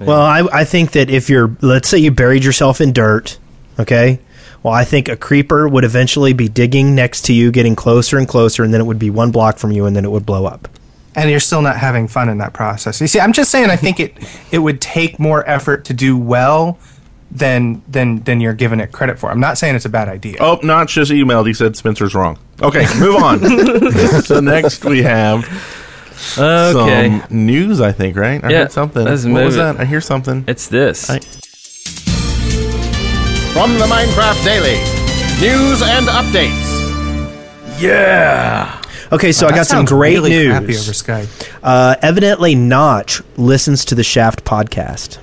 A: Well, I, I think that if you're, let's say you buried yourself in dirt, okay? Well, I think a creeper would eventually be digging next to you, getting closer and closer, and then it would be one block from you, and then it would blow up.
D: and you're still not having fun in that process you see i'm just saying i think it it would take more effort to do well than than than you're giving it credit for i'm not saying it's a bad idea
F: Oh, Notch just emailed. He said Spencer's wrong. Okay, move on. so next we have
B: Okay.
F: some news, I think, right? I
B: Yeah,
F: heard something.
B: let's
F: what was
B: move it.
F: that? I hear something.
B: It's this.
F: I-
C: From the Minecraft Daily, news and updates.
A: Okay, so I
D: That
A: got some
D: sounds
A: great
D: really crappy over
A: news.
D: Skype.
A: Uh, evidently, Notch listens to the Shaft podcast.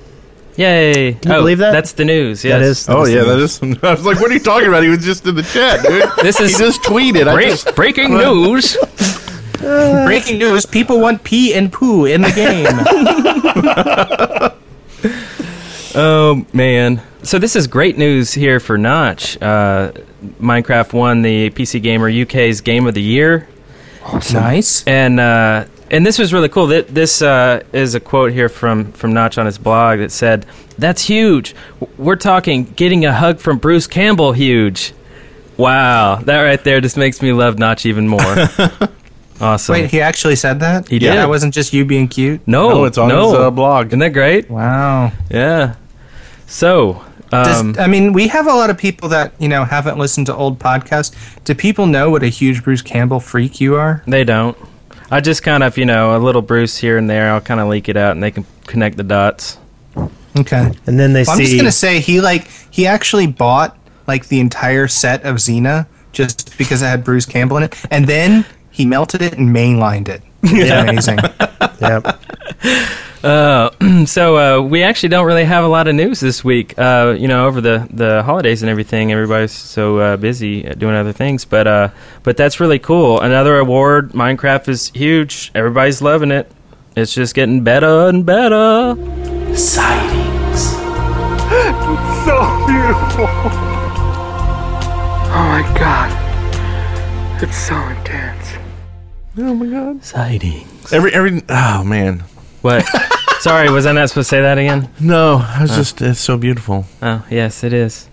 B: Yay! Can
A: you
B: oh,
A: believe that?
B: That's the news. Yes.
A: That is.
F: Oh yeah,
A: the
F: that
A: news.
F: is. Some, I was like, "What are you talking about?" He was just in the chat, dude.
B: This
F: he
B: is-
F: just tweeted. I just
B: breaking news.
A: Uh,
D: breaking news people want pee and poo in the game
B: Oh man! So this is great news here for Notch. Uh, Minecraft won the PC Gamer UK's Game of the Year,
D: nice
B: and uh, and this was really cool. Th- This uh, is a quote here from from Notch on his blog that said, "That's huge. W- We're talking getting a hug from Bruce Campbell. Huge. Wow, that right there just makes me love Notch even more. awesome.
D: Wait, he actually said that?
B: He did.
D: That wasn't just you being cute?
B: no,
F: No, it's on
B: no.
F: his, uh, blog.
B: Isn't that great?
D: Wow.
B: Yeah. So."
D: Does-
B: Um,
D: I mean, we have a lot of people that, you know, haven't listened to old podcasts. Do people know what a huge Bruce Campbell freak you are?
B: They don't. I just kind of, you know, a little Bruce here and there. I'll kind of leak it out, and they can connect the dots.
D: Okay.
A: And then they
D: Well, I'm just
A: see.
D: going to say he, like, he actually bought, like, the entire set of Xena just because it had Bruce Campbell in it. And then he melted it and mainlined it. It's amazing.
A: yeah.
B: So uh, we actually don't really have a lot of news this week. Uh, you know, over the, the holidays and everything, everybody's so uh, busy uh, doing other things. But uh, but that's really cool. Another award. Minecraft is huge. Everybody's loving it. It's just getting better and better.
J: Oh my god. It's so intense.
A: Oh
B: Exciting.
F: every every. Oh man,
B: What? Sorry, was I not supposed to say that again?
F: no, I was Oh, just. It's so beautiful.
B: Oh, yes, it is.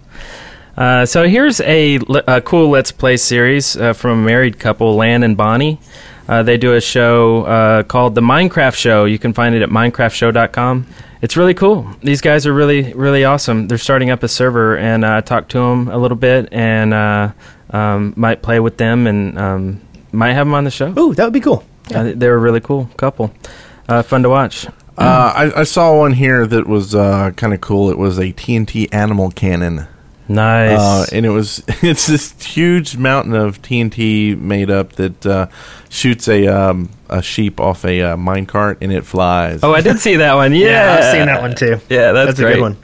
B: Uh, so here's a, l- a cool Let's Play series uh, from a married couple, Lan and Bonnie. Uh, they do a show uh, called The Minecraft Show. You can find it at minecraftshow.com. It's really cool. These guys are really, really awesome. They're starting up a server, and uh, I talked to them a little bit and uh, um, might play with them and um, might have them on the show.
A: Ooh, that would be cool.
B: Uh, they're a really cool couple. Uh, fun to watch.
F: Uh, I, I saw one here that was uh, kind of cool. It was a TNT animal cannon.
B: Nice.
F: Uh, and it was it's this huge mountain of TNT made up that uh, shoots a um, a sheep off a uh, minecart and it flies.
B: Oh, I did see that one. Yeah,
A: I've seen that one too.
B: Yeah, that's,
A: That's a good
B: great.
A: one.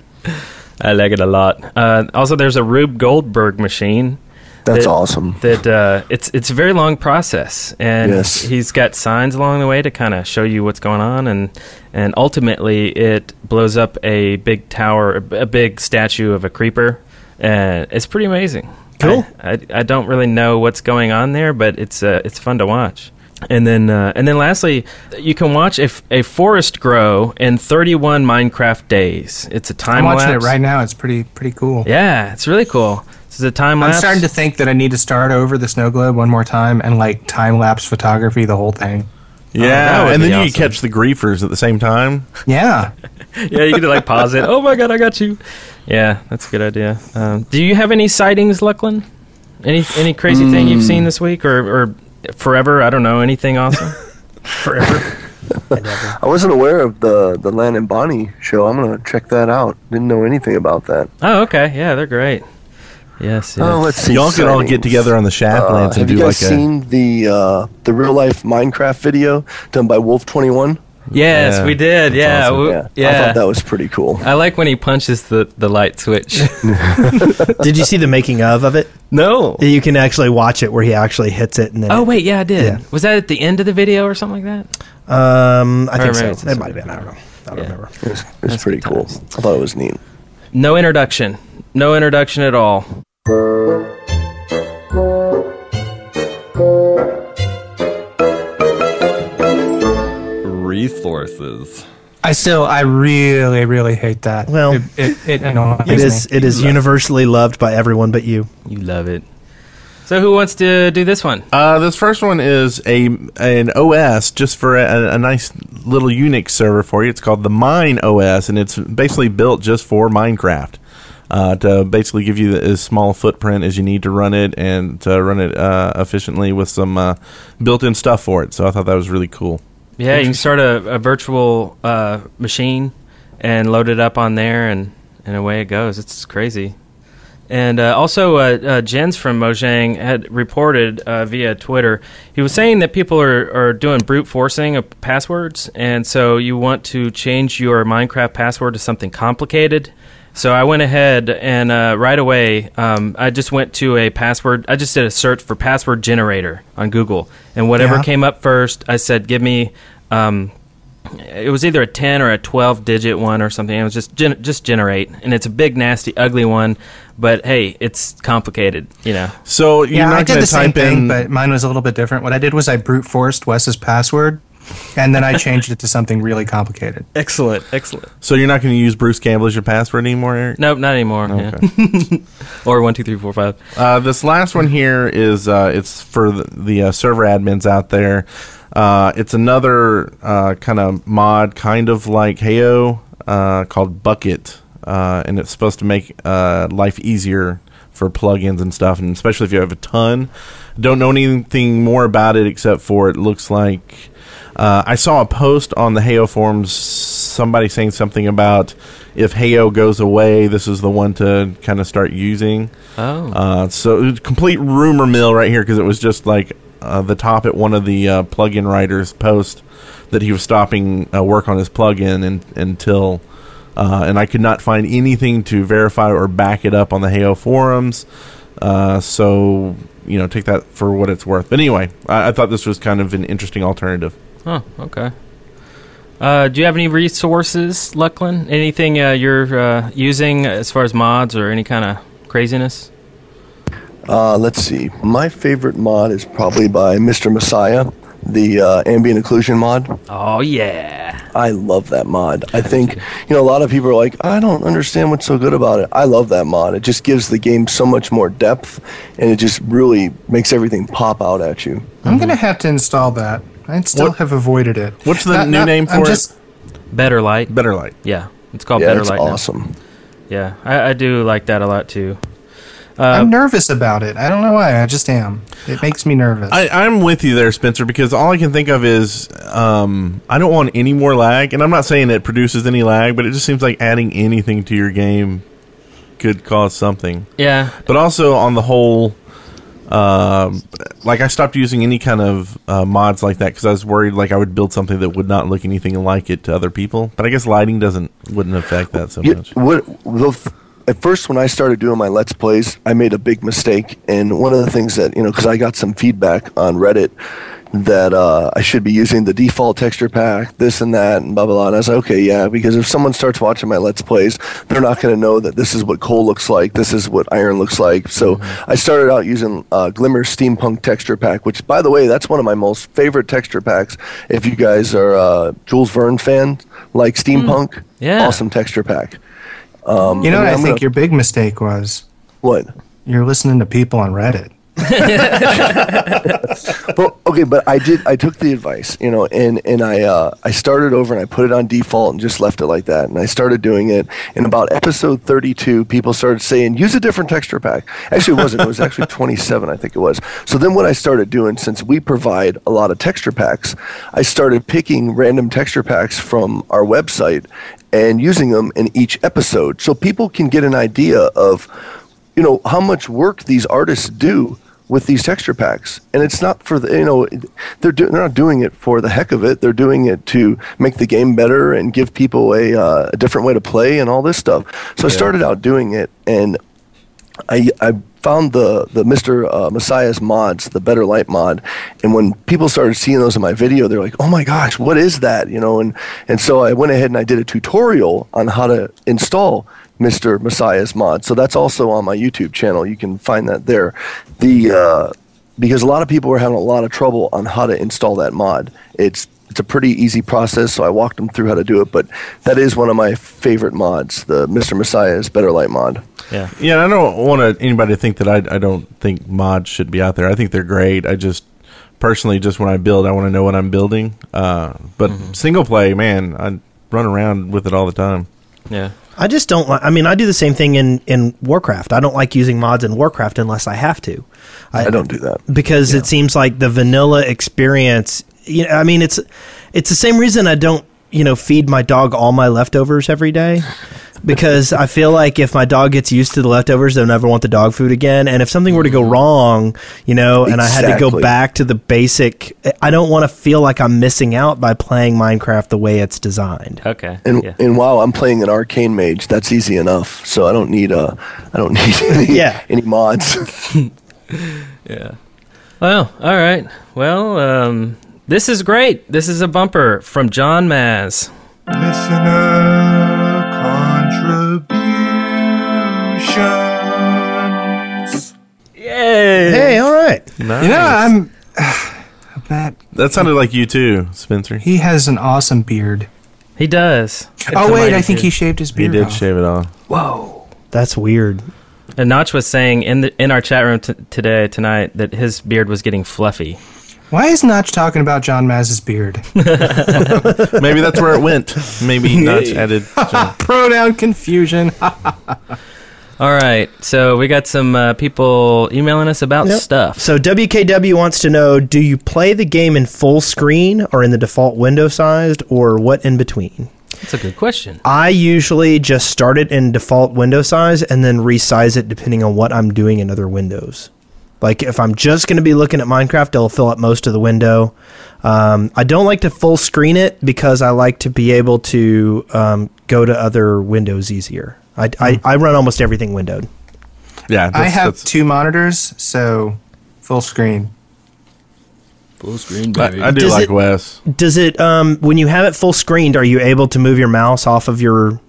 B: I like it a lot. Uh, also, there's a Rube Goldberg machine.
E: That's awesome.
B: That uh, it's it's a very long process, and
E: Yes.
B: he's got signs along the way to kind of show you what's going on, and and ultimately it blows up a big tower, a big statue of a creeper, and it's pretty amazing.
A: Cool.
B: I, I, I don't really know what's going on there, but it's uh, it's fun to watch. And then uh, and then lastly, you can watch a, f- a forest grow in 31 Minecraft days. It's a time.
D: I'm watching
B: lapse.
D: it right now. It's pretty pretty cool.
B: Yeah, it's really cool. This is a time
D: I'm
B: lapse.
D: starting to think that I need to start over the snow globe one more time and like time lapse photography the whole thing.
B: Oh, that
F: Yeah,
B: would
F: and then
B: be
F: you could catch the griefers at the same time.
D: Yeah.
B: yeah, you could like pause it. Oh my god, I got you. Yeah, that's a good idea. Um, do you have any sightings, Lachlan? Any any crazy thing you've seen this week or or forever? I don't know anything awesome. forever.
E: I wasn't aware of the the Lan and Bonnie show. I'm gonna check that out. Didn't know anything about that.
B: Oh, okay. Yeah, they're great. Yes. yes.
E: Oh, let's see.
F: Y'all could all
E: sightings.
F: get together on the
E: Uh,
F: Shaftlands and
E: have
F: do
E: you
F: like
E: guys seen the uh, the real life Minecraft video done by Wolf Twenty One?
B: yes,
F: Yeah,
B: we did. Yeah. we- yeah.
E: I thought that was pretty cool.
B: I like when he punches the, the light switch.
A: Did you see the making of of it?
B: no.
A: You can actually watch it where he actually hits it, and then
B: Oh wait, yeah, I did.
A: Yeah.
B: Was that at the end of the video or something like that?
A: um, I
B: Or
A: think
B: maybe
A: so.
B: it's
A: It might have been. I don't know. I don't remember.
E: It was, it was pretty cool. I thought it was neat.
B: No introduction. No introduction at all.
K: Resources.
D: I still I really really hate that.
A: Well,
D: it it, it annoys
A: It is.
D: me.
A: It is universally loved by everyone but you.
B: You love it. So who wants to do this one?
F: Uh, this first one is a an OS just for a, a nice little Unix server for you. It's called the Mine OS, and it's basically built just for Minecraft uh, to basically give you the, as small footprint as you need to run it and to run it uh, efficiently with some uh, built-in stuff for it. So I thought that was really cool.
B: Yeah, you can start a, a virtual uh, machine and load it up on there, and, and away it goes. It's crazy. And uh, also, uh, uh, Jens from Mojang had reported uh, via Twitter. He was saying that people are, are doing brute forcing of passwords, and so you want to change your Minecraft password to something complicated. So I went ahead and uh, right away, um, I just went to a password. I just did a search for password generator on Google, and whatever
D: Yeah.
B: came up first, I said, "Give me." Um, it was either a 10 or a 12 digit one or something. It was just gen- just generate, and it's a big, nasty, ugly one. But hey, it's complicated, you know.
F: So you're
D: Yeah,
F: not
D: I did
F: gonna
D: the same
F: type in,
D: thing, but mine was a little bit different. What I did was I brute forced Wes's password, and then I changed it to something really complicated.
B: Excellent, excellent.
F: so you're not going to use Bruce Campbell as your password anymore, Eric.
B: Nope, not anymore. Yeah. or one, two, three, four, five.
F: Uh, this last one here is uh, it's for the, the uh, server admins out there. Uh, it's another uh, kind of mod, kind of like Heyo, uh, called Bucket, uh, and it's supposed to make uh, life easier for plugins and stuff, and especially if you have a ton. Don't know anything more about it except for it looks like uh, I saw a post on the Heyo forums, somebody saying something about if Heyo goes away, this is the one to kind of start using.
B: Oh.
F: Uh, so it was complete rumor mill right here because it was just like uh, the top at one of the uh, plugin writers post that he was stopping uh, work on his plugin and, until uh, and I could not find anything to verify or back it up on the Heyo forums. Uh, so you know, take that for what it's worth. But anyway, I, I thought this was kind of an interesting alternative.
B: Oh, okay. Uh, do you have any resources, Lucklin? Anything uh, you're uh, using as far as mods or any kind of craziness?
E: Uh, let's see. My favorite mod is probably by Mr. Messiah, the uh, ambient occlusion mod.
B: Oh yeah.
E: I love that mod. I think you know a lot of people are like, I don't understand what's so good about it. I love that mod. It just gives the game so much more depth, and it just really makes everything pop out at you.
D: I'm gonna have to install that. I still
F: What-
D: have avoided it.
F: What's the new name
D: I'm
F: for it?
D: just-
B: Better light.
F: Better light.
B: Yeah, it's called
E: yeah,
B: better
E: it's
B: light. now.
E: awesome.
B: Yeah, I, I do like that a lot too. Uh,
D: I'm
F: Uh,
D: nervous about it. I don't know why. I just am. It makes me nervous.
F: I, I'm with you there, Spencer, because all I can think of is um, I don't want any more lag, and I'm not saying it produces any lag, but it just seems like adding anything to your game could cause something.
B: Yeah.
F: But also on the whole, um, like I stopped using any kind of uh, mods like that because I was worried like I would build something that would not look anything like it to other people. But I guess lighting doesn't wouldn't affect that so
E: You-
F: much.
E: What the, f- at first when I started doing my let's plays, I made a big mistake, and one of the things that you know because I got some feedback on Reddit that uh, I should be using the default texture pack, this and that, and blah blah blah. And I was like, okay, yeah, because if someone starts watching my let's plays, they're not going to know that this is what coal looks like, this is what iron looks like. So
F: Mm-hmm.
E: I started out using uh, Glimmer Steampunk texture pack, which by the way, that's one of my most favorite texture packs. If you guys are uh, Jules Verne fan,
F: Mm.
E: like steampunk,
D: Yeah.
E: awesome texture pack. Um,
D: you know
E: and
D: what I
E: I'm
D: think
E: gonna-
D: your big mistake was?
E: What?
D: You're listening to people on Reddit.
E: well, okay, but I did. I took the advice, you know, and and I uh, I started over and I put it on default and just left it like that. And I started doing it. And about episode thirty-two, people started saying use a different texture pack. Actually, it wasn't. it was actually twenty-seven, I think it was. So then what I started doing, since we provide a lot of texture packs, I started picking random texture packs from our website and using them in each episode, so people can get an idea of you know how much work these artists do with these texture packs and it's not for the you know they're do, they're not doing it for the heck of it they're doing it to make the game better and give people a, uh, a different way to play and all this stuff so i
K: Yeah.
E: started out doing it and I, I found the the Mr. Uh, Messiah's mods, the Better Light mod, and when people started seeing those in my video, they're like, "Oh my gosh, what is that?" You know, and and so I went ahead and I did a tutorial on how to install Mr. Messiah's mod. So that's also on my YouTube channel. You can find that there. The uh, because a lot of people were having a lot of trouble on how to install that mod. It's it's a pretty easy process, so I walked them through how to do it. But that is one of my favorite mods, the Mr. Messiah's Better Light mod.
F: Yeah, yeah. and I don't want to, anybody to think that I, I don't think mods should be out there. I think they're great. I just personally, just when I build, I want to know what I'm building. Uh, but single play, man, I run around with it all the time.
B: Yeah.
A: I just don't like. I mean, I do the same thing in in Warcraft. I don't like using mods in Warcraft unless I have to. I,
E: don't do that
A: because it seems like the vanilla experience. You know, I mean, it's it's the same reason I don't you know feed my dog all my leftovers every day because I feel like if my dog gets used to the leftovers, they'll never want the dog food again. And if something were to go wrong, you know, and I had to go
E: Exactly.
A: back to the basic, I don't want to feel like I'm missing out by playing Minecraft the way it's designed.
B: Okay.
E: And and wow, I'm playing an arcane mage. That's easy enough. So I don't need uh I don't need any,
A: Yeah.
E: any mods.
B: Yeah. Well, Oh, all right. Well, um, this is great. This is a bumper from John Maz.
H: Listener contributions.
B: Yay!
A: Hey, all right.
D: You know, I'm.
F: That sounded like you too, Spencer.
D: He has an awesome beard.
B: He does.
D: oh wait, I think he shaved his
F: He
D: beard.
F: did
D: off.
F: shave it off.
D: Whoa.
A: That's weird.
B: And Notch was saying in the in our chat room t- today tonight that his beard was getting fluffy.
D: Why is Notch talking about John Maz's beard?
F: Maybe that's where it went. Maybe Notch added.
D: Pronoun confusion.
B: All right, so we got some uh, people emailing us about
A: Yep.
B: stuff.
A: So WKW wants to know: Do you play the game in full screen, or in the default window sized, or what in between?
B: That's a good question.
A: I usually just start it in default window size and then resize it depending on what I'm doing in other windows. Like if I'm just going to be looking at Minecraft, it'll fill up most of the window. Um, I don't like to full screen it because I like to be able to um, go to other windows easier. I, I, I run almost everything windowed.
F: Yeah,
D: I have two monitors, so full screen.
B: Full screen,
F: I, I do
A: Does
F: like
A: it-
F: Wes.
A: Does it um when you have it full screened, are you able to move your mouse off of your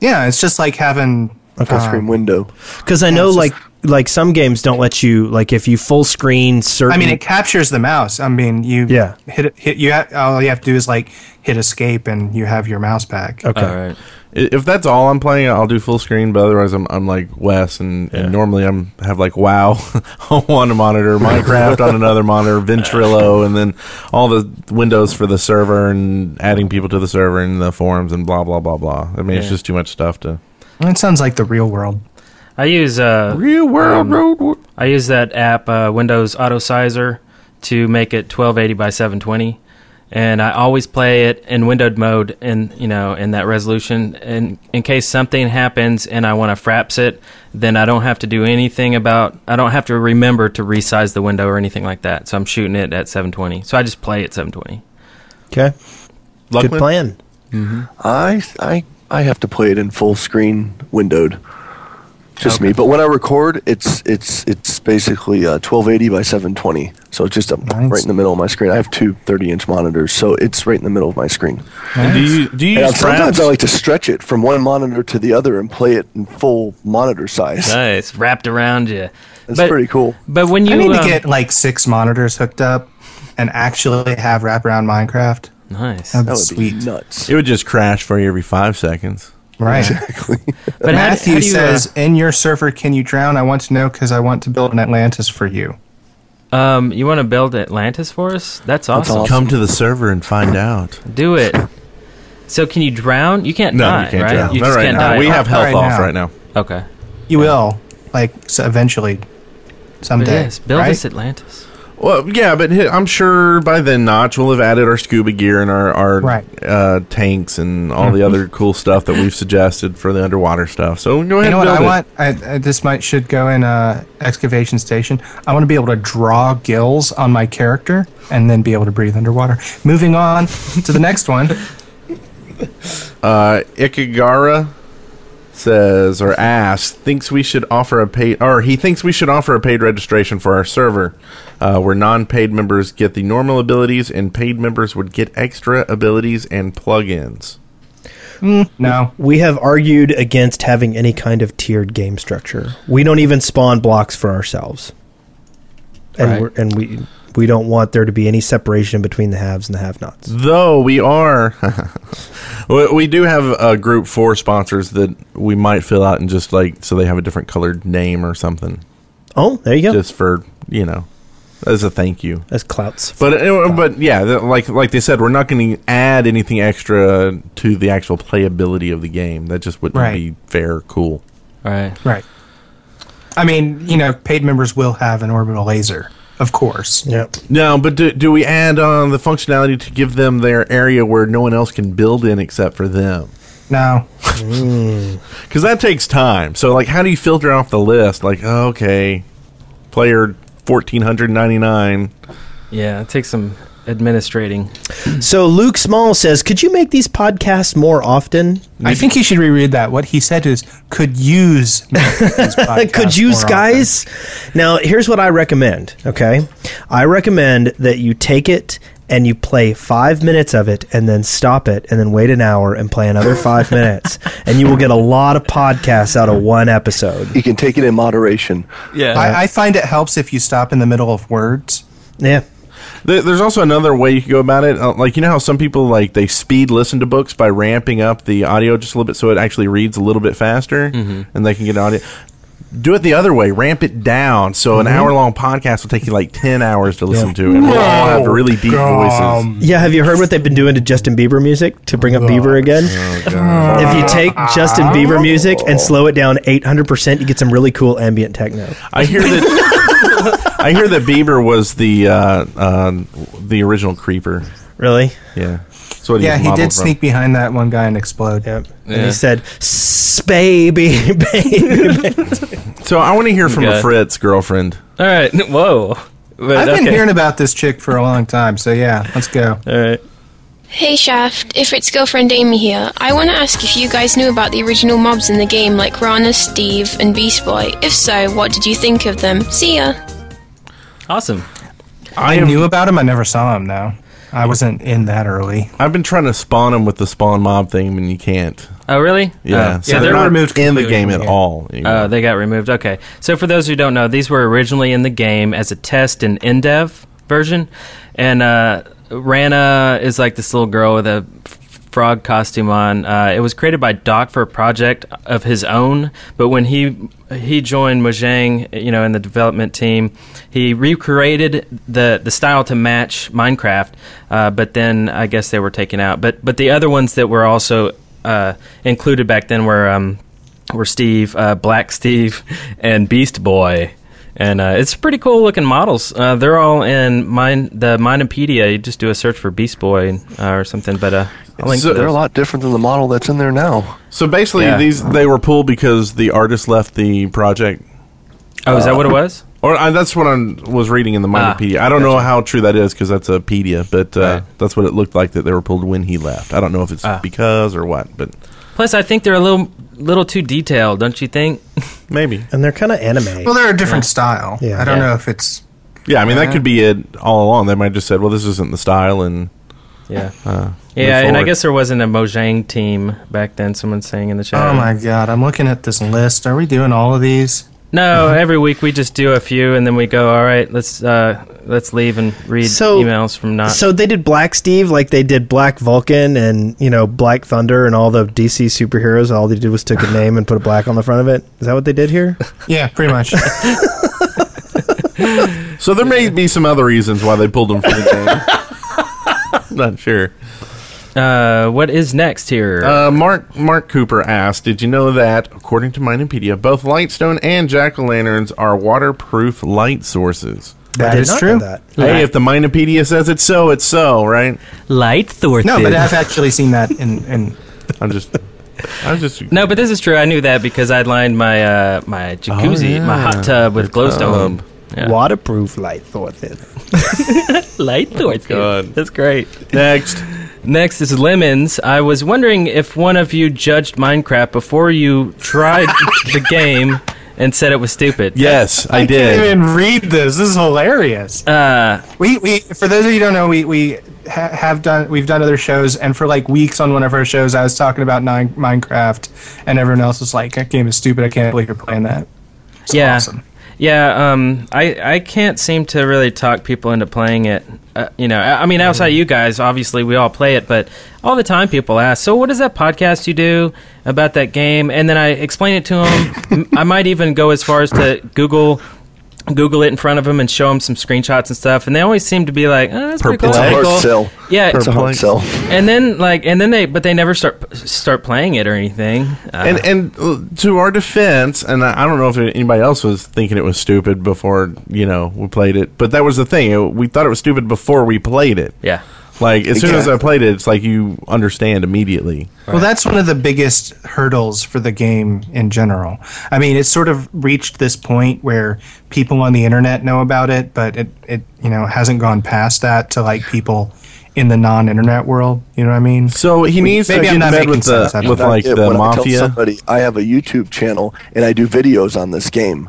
D: Yeah, it's just like having
A: Okay.
D: um,
E: Screen window.
A: Because I know like like some games don't let you like if you full screen certain.
D: I mean, it captures the mouse. I mean, you
A: Yeah.
D: hit hit you. Ha- all you have to do is like hit escape, and you have your mouse back.
A: okay.
B: right.
F: I- If that's all I'm playing, I'll do full screen. But otherwise, I'm, I'm like Wes, and, and normally I'm have like WoW on one monitor, Minecraft on another monitor, Ventrilo, and then all the windows for the server and adding people to the server and the forums and blah blah blah blah. I mean, it's
B: Yeah.
F: just too much stuff to.
D: It sounds like the real world.
B: I use uh,
F: real world road.
B: I use that app uh, Windows Auto Sizer to make it 1280 by 720, and I always play it in windowed mode in you know in that resolution and in case something happens and I want to fraps it then I don't have to do anything about I don't have to remember to resize the window or anything like that so I'm shooting it at 720 so I just play at 720
A: Okay. Good plan.
E: I I I have to play it in full screen windowed. Just me. But when I record, it's it's it's basically uh, 1280 by 720. So it's just up right in the middle of my screen. I have two 30 inch monitors, so it's right in the middle of my screen.
F: And do you do you
E: And
F: use
E: sometimes
F: Fraps?
E: I like to stretch it from one monitor to the other and play it in full monitor size.
B: nice wrapped around you
E: That's pretty cool.
B: but when you
D: I need
B: um,
D: to get like six monitors hooked up and actually have wraparound Minecraft.
B: Nice.
D: That'd be sweet.
E: nuts.
F: It would just crash for you every five seconds.
D: Right.
E: Exactly.
B: But how-
D: Matthew
B: how do you, uh,
D: says, "In your server, can you drown? I want to know because I want to build an Atlantis for you."
B: um you want to build Atlantis for us that's awesome,
F: Come to the server and find out.
B: do it so can you drown you can't
F: No,
B: die
F: you can't
B: right
F: drown.
B: you
F: Not
B: just
F: right
B: can't
F: now.
B: die
F: We
B: Oh,
F: have health
D: right
F: off
D: now.
F: right now.
B: okay
D: You will, like so eventually, someday.
B: yes build
D: right?
B: us Atlantis
F: Well, yeah, but hi- I'm sure by then Notch will have added our scuba gear and our our
D: Right. Mm-hmm.
F: uh, tanks and all the other cool stuff that we've suggested for the underwater stuff. So go
D: You
F: ahead
D: know what
F: and build
D: I
F: it.
D: want? I, I, this might should go in uh, excavation station. I want to be able to draw gills on my character and then be able to breathe underwater. Moving on to the next one.
F: Uh, Ikigara says or asks thinks we should offer a paid or he thinks we should offer a paid registration for our server, uh, where non-paid members get the normal abilities and paid members would get extra abilities and plugins.
D: Mm, No,
A: We have argued against having any kind of tiered game structure. We don't even spawn blocks for ourselves. And
B: Right.
A: we're, and we we don't want there to be any separation between the haves and the have-nots.
F: Though we are, we we do have a group four sponsors that we might fill out and just like so they have a different colored name or something,
A: Oh, there you go.
F: just for you know, as a thank you.
A: That's clouts.
F: But uh, but yeah, th- like like they said, we're not going to add anything extra to the actual playability of the game. That just wouldn't
D: Right.
F: be fair, or cool.
B: all right
D: right. I mean, you know, paid members will have an orbital laser, of course.
A: Yeah.
F: No, but do, do we add on the functionality to give them their area where no one else can build in except for them?
D: No,
F: Because that takes time. So like, how do you filter off the list? Like, oh, okay, player fourteen hundred ninety nine.
B: yeah it takes some administrating
A: So Luke Small says, "Could you make these podcasts more often?
D: I think he should reread that. What he said is could use.
A: Could
D: could
A: you guys?" Now, here's what I recommend, okay? I recommend that you take it and you play 5 minutes of it and then stop it and then wait an hour and play another 5 minutes and you will get a lot of podcasts out of one episode.
E: You can take it in moderation.
B: yeah
D: I, I find it helps if you stop in the middle of words.
A: Yeah.
F: There- There's also another way you can go about it. Uh, Like you know how some people like they speed listen to books by ramping up the audio just a little bit so it actually reads a little bit faster,
B: Mm-hmm.
F: and they can get an audio. Do it the other way. Ramp it down so an
B: Mm-hmm.
F: hour long podcast will take you like ten hours to listen to, and we'll all have really deep
D: Um,
F: voices.
A: Yeah, have you heard what they've been doing to Justin Bieber music to bring up
D: Oh,
A: Bieber again? If you take Justin Bieber music and slow it down 800%, you get some really cool ambient techno.
F: I hear that. I hear that Bieber was the uh, um the original creeper.
A: Really?
F: Yeah. That's what
D: Yeah,
F: was
D: he did
F: modeled from.
D: sneak behind that one guy and explode.
A: Yep. And he said, "S- "Baby, baby."
F: So I want to hear from a
B: Okay.
F: Fritz girlfriend.
B: all right whoa But,
D: I've been
B: okay.
D: hearing about this chick for a long time, so yeah, let's go.
B: all right
K: Hey Shaft, if it's girlfriend Amy here, I want to ask if you guys knew about the original mobs in the game like Rana, Steve, and Beast Boy. If so, what did you think of them? See ya!
B: awesome um,
D: I, knew about him, I never saw him though. I wasn't in that early.
F: I've been trying to spawn him with the spawn mob thing, and you can't.
B: oh really
F: Yeah,
B: Oh.
F: so
D: Yeah,
F: they're,
D: they're
F: not
D: removed
F: in the
D: completely,
F: game at
D: yeah.
F: all. anymore.
B: Oh, they got removed. Okay. So for those who don't know, these were originally in the game as a test in Endev version, and uh, Rana is like this little girl with a f- frog costume on. Uh, it was created by Doc for a project of his own, but when he he joined Mojang, you know, in the development team, he recreated the the style to match Minecraft. Uh, but then I guess they were taken out. But but the other ones that were also uh, included back then were um, were Steve, uh, Black Steve, and Beast Boy. and uh, it's pretty cool looking models. Uh, they're all in mine the Minopedia. You just do a search for Beast Boy uh, or something, but uh, I'll link
E: So-
B: to
E: they're a
B: those.
E: lot different than the model that's in there now.
F: So basically,
B: Yeah.
F: these they were pulled because the artist left the project.
B: Oh, is that what it was?
F: Or uh, that's what I was reading in the
B: Ah,
F: Minopedia. I don't know how true that is because that's a pedia, but uh, that's what it looked like that they were pulled when he left. I don't know if it's
B: Ah.
F: because or what, but
B: Plus, I think they're a little little too detailed, don't you think?
F: Maybe.
A: And they're kind of anime.
D: Well, they're a different style.
F: Yeah.
D: I don't
F: Yeah.
D: know if it's.
F: yeah, I mean
B: Ah.
D: Yeah.
F: that could be it all along. They might have just said, "Well, this isn't the style," and
B: Yeah.
F: uh, move
B: Yeah, and I
F: forward.
B: guess there wasn't a Mojang team back then. Someone's saying in the chat.
D: Oh my god! I'm looking at this list. Are we doing all of these?
B: No, every week we just do a few, and then we go. All right, let's uh, let's leave and read
A: So-
B: emails from not.
A: so they did Black Steve, like they did Black Vulcan and you know Black Thunder and all the DC superheroes. All they did was took a name and put a black on the front of it. Is that what they did here?
D: Yeah, pretty much.
F: So there may be some other reasons why they pulled him from the game. Not sure.
B: Uh, what is next here?
F: Uh, Mark Mark Cooper asked, "Did you know that, according to Minopedia, both Lightstone and jack o' lanterns are waterproof light sources?"
D: That I did is not know true. that.
F: Hey, if the Minopedia says it's so, it's so, right?
B: Light sources.
D: No, but I've actually seen that in. in
F: I'm just. I'm just.
B: no, but this is true. I knew that because I'd lined my uh, my jacuzzi,
A: Oh, yeah.
B: my hot tub with glowstone.
A: tub. Um, Waterproof light sources.
B: Light sources. God, that's great. Next. Next is lemons. I was wondering if one of you judged Minecraft before you tried the game and said it was stupid.
F: Yes,
D: I can't even read this. This is hilarious.
B: Uh,
D: we we for those of you who don't know, we we ha- have done we've done other shows, and for like weeks on one of our shows, I was talking about nine, Minecraft, and everyone else was like, "That game is stupid. I can't believe you're playing that."
B: yeah. Yeah, um, I, I can't seem to really talk people into playing it. Uh, you know, I, I mean, outside you guys, obviously we all play it, but all the time people ask, "So what is that podcast you do about that game?" And then I explain it to them. I might even go as far as to Google Google it in front of them and show them some screenshots and stuff, and they always seem to be like, oh, "That's pretty cool."
E: It's a
B: that's
E: hard
B: pretty cool."
E: sell.
B: Yeah,
E: it's a hard sell.
B: And then like, and then they, but they never start start playing it or anything. Uh,
F: and and uh, to our defense, and I, I don't know if anybody else was thinking it was stupid before you know we played it, but that was the thing. It- we thought it was stupid before we played it.
B: Yeah.
F: Like as soon as I
D: Exactly.
F: played it, it's like you understand immediately.
D: Well, that's one of the biggest hurdles for the game in general. I mean, it's sort of reached this point where people on the internet know about it, but it, it you know hasn't gone past that to like people in the non-internet world. You know what I mean?
F: So he
E: needs to
D: maybe
E: get
D: I'm
E: in
D: not
E: bed
D: making
E: with the-
D: sense. I don't
E: with,
D: know.
E: like, the
D: When I tell
E: tell somebody I have a YouTube channel and I do videos on this game,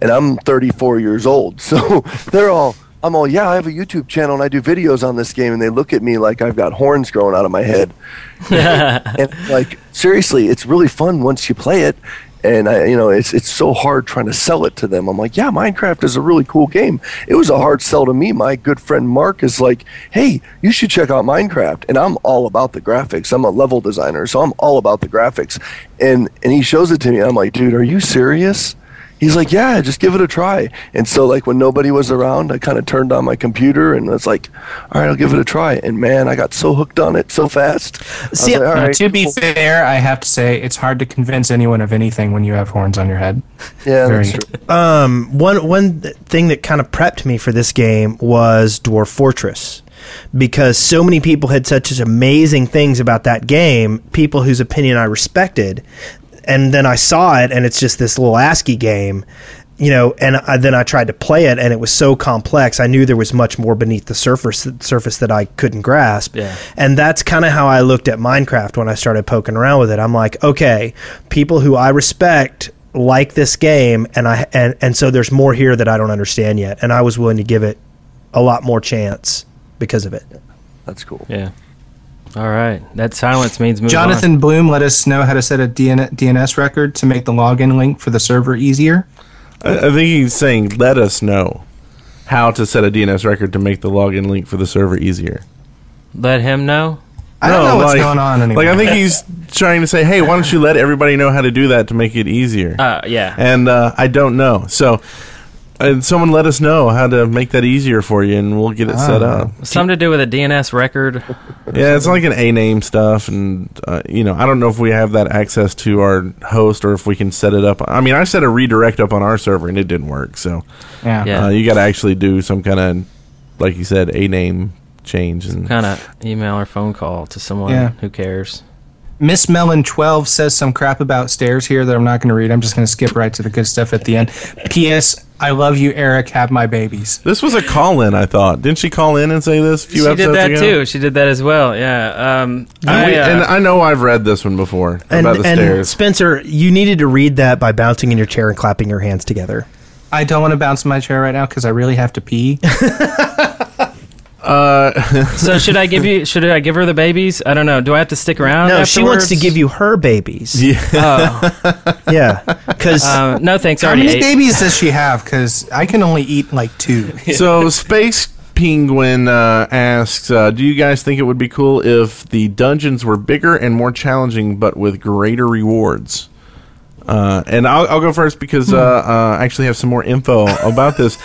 E: and I'm 34 years old. So they're all, I'm all, yeah, I have a YouTube channel and I do videos on this game, and they look at me like I've got horns growing out of my head. and like seriously, it's really fun once you play it. And I, you know, it's it's so hard trying to sell it to them. I'm like, yeah, Minecraft is a really cool game. It was a hard sell to me. My good friend Mark is like, hey, you should check out Minecraft. And I'm all about the graphics. I'm a level designer, so I'm all about the graphics. And and he shows it to me. I'm like, dude, are you serious? He's like, yeah, just give it a try. And so, like, when nobody was around, I kind of turned on my computer and was like, all right, I'll give it a try. And man, I got so hooked on it so fast. I was like, all
D: Now,
E: right,
D: uh, to be
E: cool.
D: fair, I have to say it's hard to convince anyone of anything when you have horns on your head.
E: Yeah,
D: Very-
A: Um, one one th- thing that kind of prepped me for this game was Dwarf Fortress, because so many people had such as amazing things about that game, people whose opinion I respected, and then I saw it, and it's just this little ASCII game, you know, and I, then I tried to play it, and it was so complex. I knew there was much more beneath the surface surface that I couldn't grasp.
B: Yeah.
A: And that's kind of how I looked at Minecraft when I started poking around with it. I'm like, okay, people who I respect like this game, and I and and so there's more here that I don't understand yet, and I was willing to give it a lot more chance because of it.
E: That's cool.
B: yeah. All right, that silence means move on.
D: Jonathan Bloom let us know how to set a DN- DNS record to make the login link for the server easier.
F: I, I think he's saying, "Let us know how to set a DNS record to make the login link for the server easier." Oh,
B: Let him know.
D: I don't know what's
F: like-
D: going on anymore.
F: Like I think he's trying to say, "Hey, why don't you let everybody know how to do that to make it easier?"
B: Uh, yeah.
F: And uh, I don't know. So And someone let us know how to make that easier for you, and we'll get it
B: Ah.
F: set up.
B: Uh, Something to do with a DNS record.
F: Yeah, it's like an A name stuff, and uh, you know, I don't know if we have that access to our host or if we can set it up. I mean, I set a redirect up on our server, and it didn't work. So,
B: Yeah. Yeah.
F: Uh, you got to actually do some kind of, like you said, A name change and
B: kind of email or phone call to someone
D: Yeah.
B: who cares.
D: Miss Melon twelve says some crap about stairs here that I'm not going to read. I'm just going to skip right to the good stuff at the end. P.S. I love you, Eric. Have my babies.
F: This was a call in, I thought. Didn't she call in and say this a few
B: she did
F: episodes
B: that
F: ago?
B: too. She did that as well. Yeah. Um,
F: And,
B: I,
F: we-
B: uh,
F: and I know I've read this one before
A: And,
F: about the
A: and
F: stairs.
A: Spencer, you needed to read that by bouncing in your chair and clapping your hands together.
D: I don't want to bounce in my chair right now because I really have to pee.
F: uh,
B: so should I give you? Should I give her the babies? I don't know. Do I have to stick around?
A: no, she wants to
B: afterwards?
A: give you her babies.
B: Oh.
A: yeah. Because
B: Uh, no thanks. I
D: How
B: already
D: many
B: ate.
D: babies does she have? Because I can only eat like two.
F: so Space Penguin uh, asks, uh, "Do you guys think it would be cool if the dungeons were bigger and more challenging, but with greater rewards?" Uh, and I'll, I'll go first because uh, uh, I actually have some more info about this.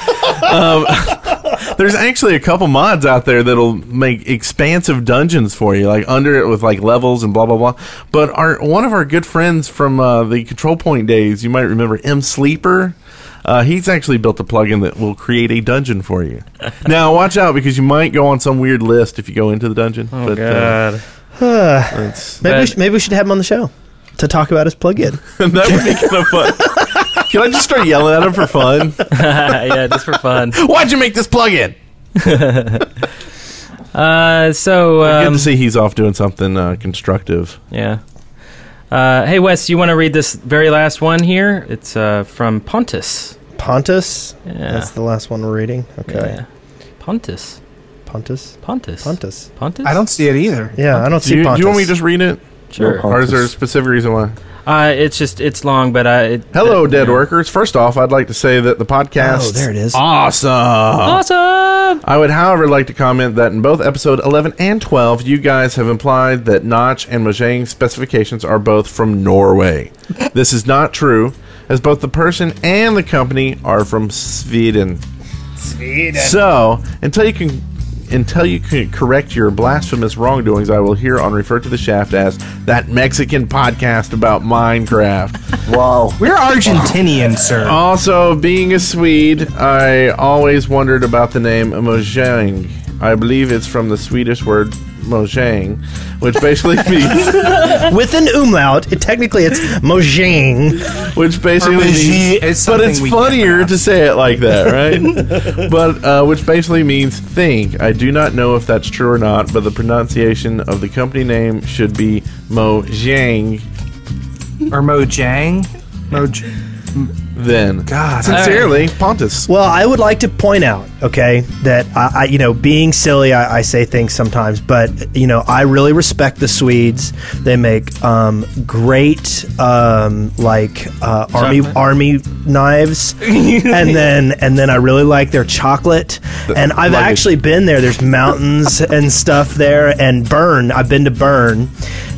F: um, there's actually a couple mods out there that'll make expansive dungeons for you, like under it with like levels and blah blah blah. But our one of our good friends from uh, the Control Point days, you might remember M Sleeper. Uh, he's actually built a plugin that will create a dungeon for you. now watch out because you might go on some weird list if you go into the dungeon. Oh but,
B: God.
A: maybe, we should, maybe we should have him on the show to talk about his plug-in.
F: that would be kind of fun. Can I just start yelling at him for fun?
B: yeah, just for fun.
F: Why'd you make this plugin?
B: Uh, so um,
F: Good to see he's off doing something uh, constructive.
B: Yeah. Uh, hey Wes, you want to read this very last one here? It's uh, from Pontus.
A: Pontus?
B: Yeah.
A: That's the last one we're reading? Okay.
B: Yeah. Pontus.
A: Pontus?
B: Pontus.
A: Pontus.
B: Pontus.
D: I don't see it either.
A: Yeah, I don't
F: do
A: see
F: you,
A: Pontus.
F: do you want me to just read it?
B: Sure.
F: Or is there a specific reason why?
B: Uh, it's just it's long, but I. It,
F: Hello, dead workers. First off, I'd like to say that the podcast.
A: Oh, there it is.
F: Awesome.
B: Awesome.
F: I would, however, like to comment that in both episode 11 and 12, you guys have implied that Notch and Mojang specifications are both from Norway. this is not true, as both the person and the company are from Sweden. So, until you can until you can correct your blasphemous wrongdoings, I will hereon refer to the shaft as that Mexican podcast about Minecraft.
E: Wow.
D: We're Argentinian, sir.
F: Also, being a Swede, I always wondered about the name Mojang. I believe it's from the Swedish word Mojang, which basically means
A: With an umlaut, it, technically it's Mojang.
F: which basically
D: Mojang.
F: means
D: It's
F: but
D: something
F: it's
D: we
F: funnier to say it like that, right? but uh, which basically means think. I do not know if that's true or not, but the pronunciation of the company name should be Mojang.
D: Or Mojang. Moj.
F: Then,
D: God.
F: sincerely, Pontus.
A: Well, I would like to point out, okay, that I, I you know, being silly, I, I say things sometimes, but you know, I really respect the Swedes. They make um, great, um, like uh, army
B: Chocolate?
A: army knives, and then and then I really like their chocolate. And I've
F: luggage.
A: actually been there. There's mountains and stuff there, and Bern. I've been to Bern,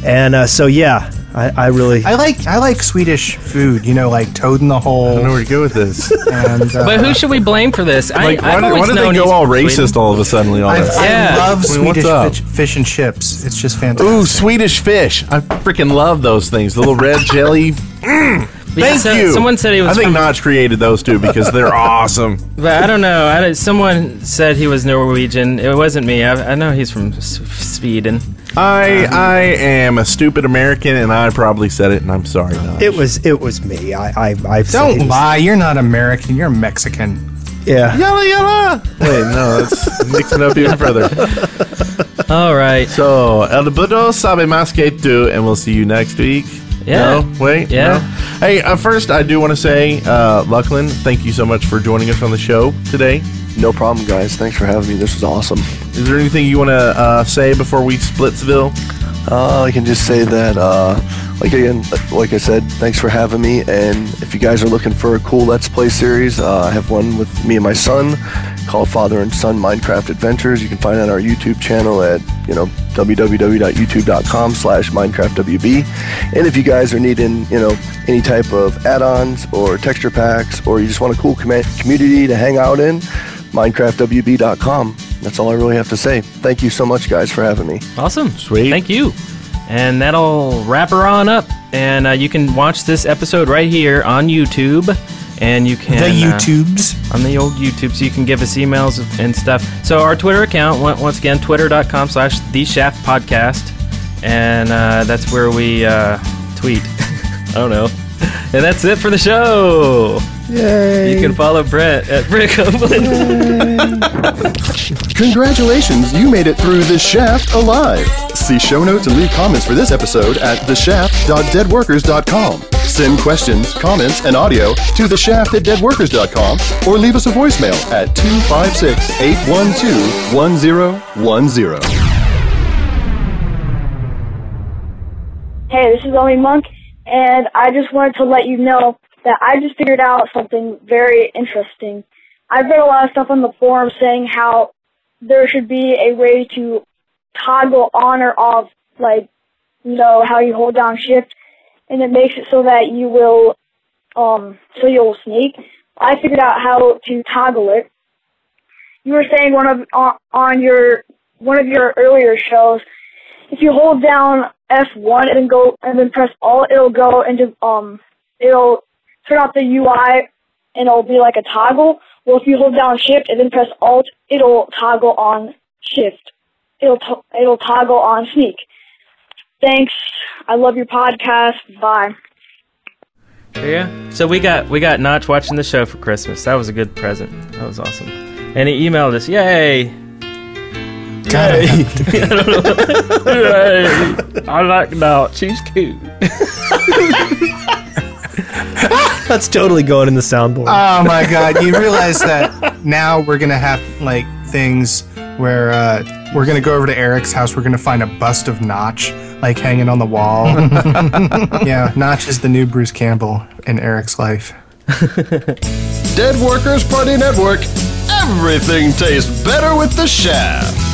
A: and uh, so yeah, I, I really.
D: I like I like Swedish food. You know, like toad in the
F: I don't know
D: hole.
F: where to go with this.
D: And, uh,
B: But who should we blame for this?
F: Like,
B: I,
F: why,
B: I've
F: did, why
B: always
F: did they
B: known
F: go
B: he's
F: all
B: from Sweden.
F: racist all of a sudden? all
D: I,
F: that?
D: I
B: Yeah.
D: love
F: I mean, what's
D: Swedish
F: up?
D: fish, fish and chips. It's just fantastic.
F: Ooh, Swedish fish. I freaking love those things. The little red jelly. Mm.
B: Yeah,
F: Thank
B: so-
F: you.
B: Someone said he was.
F: I think
B: from,
F: Notch created those two because they're awesome.
B: But I don't know. I, don't- someone said he was Norwegian. It wasn't me. I, I know he's from S- Sweden.
F: I I am a stupid American and I probably said it and I'm sorry, Notch.
A: it was it was me. I I I've said it
D: Don't
A: was-
D: lie. You're not American. You're Mexican.
A: Yeah.
F: Yalla yalla. Wait, no, that's mixing up even further.
B: All right.
F: So, El Budo sabe más que tú, and we'll see you next week.
B: Yeah.
F: No, wait.
B: Yeah.
F: no. Hey, uh, first I do want to say, uh, Lachlan, thank you so much for joining us on the show today.
E: No problem, guys. Thanks for having me. This was awesome.
F: Is there anything you want to uh, say before we splitsville?
E: Uh, I can just say that, uh, like again, like I said, thanks for having me. And if you guys are looking for a cool Let's Play series, uh, I have one with me and my son, called Father and Son Minecraft Adventures. You can find it on our YouTube channel at you know www.youtube.com slash minecraftwb. And if you guys are needing you know any type of add-ons or texture packs, or you just want a cool com- community to hang out in, minecraftwb.com. That's all I really have to say. Thank you so much, guys, for having me.
B: Awesome. Sweet. Thank you. And that'll wrap her on up. And uh, you can watch this episode right here on YouTube. And you can.
D: The
B: uh,
D: YouTubes.
B: on the old YouTube, so you can give us emails and stuff. So our Twitter account, on- once again, twitter.com slash the shaft podcast. And uh, that's where we uh, tweet. I don't know. And that's it for the show.
E: Yay.
B: You can follow Brett at Brett Copeland.
C: Congratulations, you made it through The Shaft alive. See show notes and leave comments for this episode at theshaft.deadworkers.com. Send questions, comments, and audio to theshaft at deadworkers.com or leave us a voicemail at 256 812 1010.
L: Hey, this is Omi Monk, and I just wanted to let you know that I just figured out something very interesting. I've read a lot of stuff on the forum saying how there should be a way to toggle on or off, like, you know, how you hold down shift, and it makes it so that you will, um, so you'll sneak. I figured out how to toggle it. You were saying one of, on, on your, one of your earlier shows if you hold down F1 and then go and then press all, it'll go into um, it'll turn off the UI and it'll be like a toggle. Well, if you hold down Shift and then press Alt, it'll toggle on Shift. It'll to- it'll toggle on sneak. Thanks. I love your podcast. Bye.
B: Yeah. So we got we got Notch watching the show for Christmas. That was a good present. That was awesome. And he emailed us. Yay!
D: God,
B: Yay. I don't know. Yay. I like Notch. He's cute.
A: That's totally going in the soundboard.
D: Oh my god, you realize that now we're gonna have like things where uh, we're gonna go over to Eric's house, we're gonna find a bust of Notch like hanging on the wall. yeah, Notch is the new Bruce Campbell in Eric's life.
C: Dead Workers Party Network. Everything tastes better with The Shaft.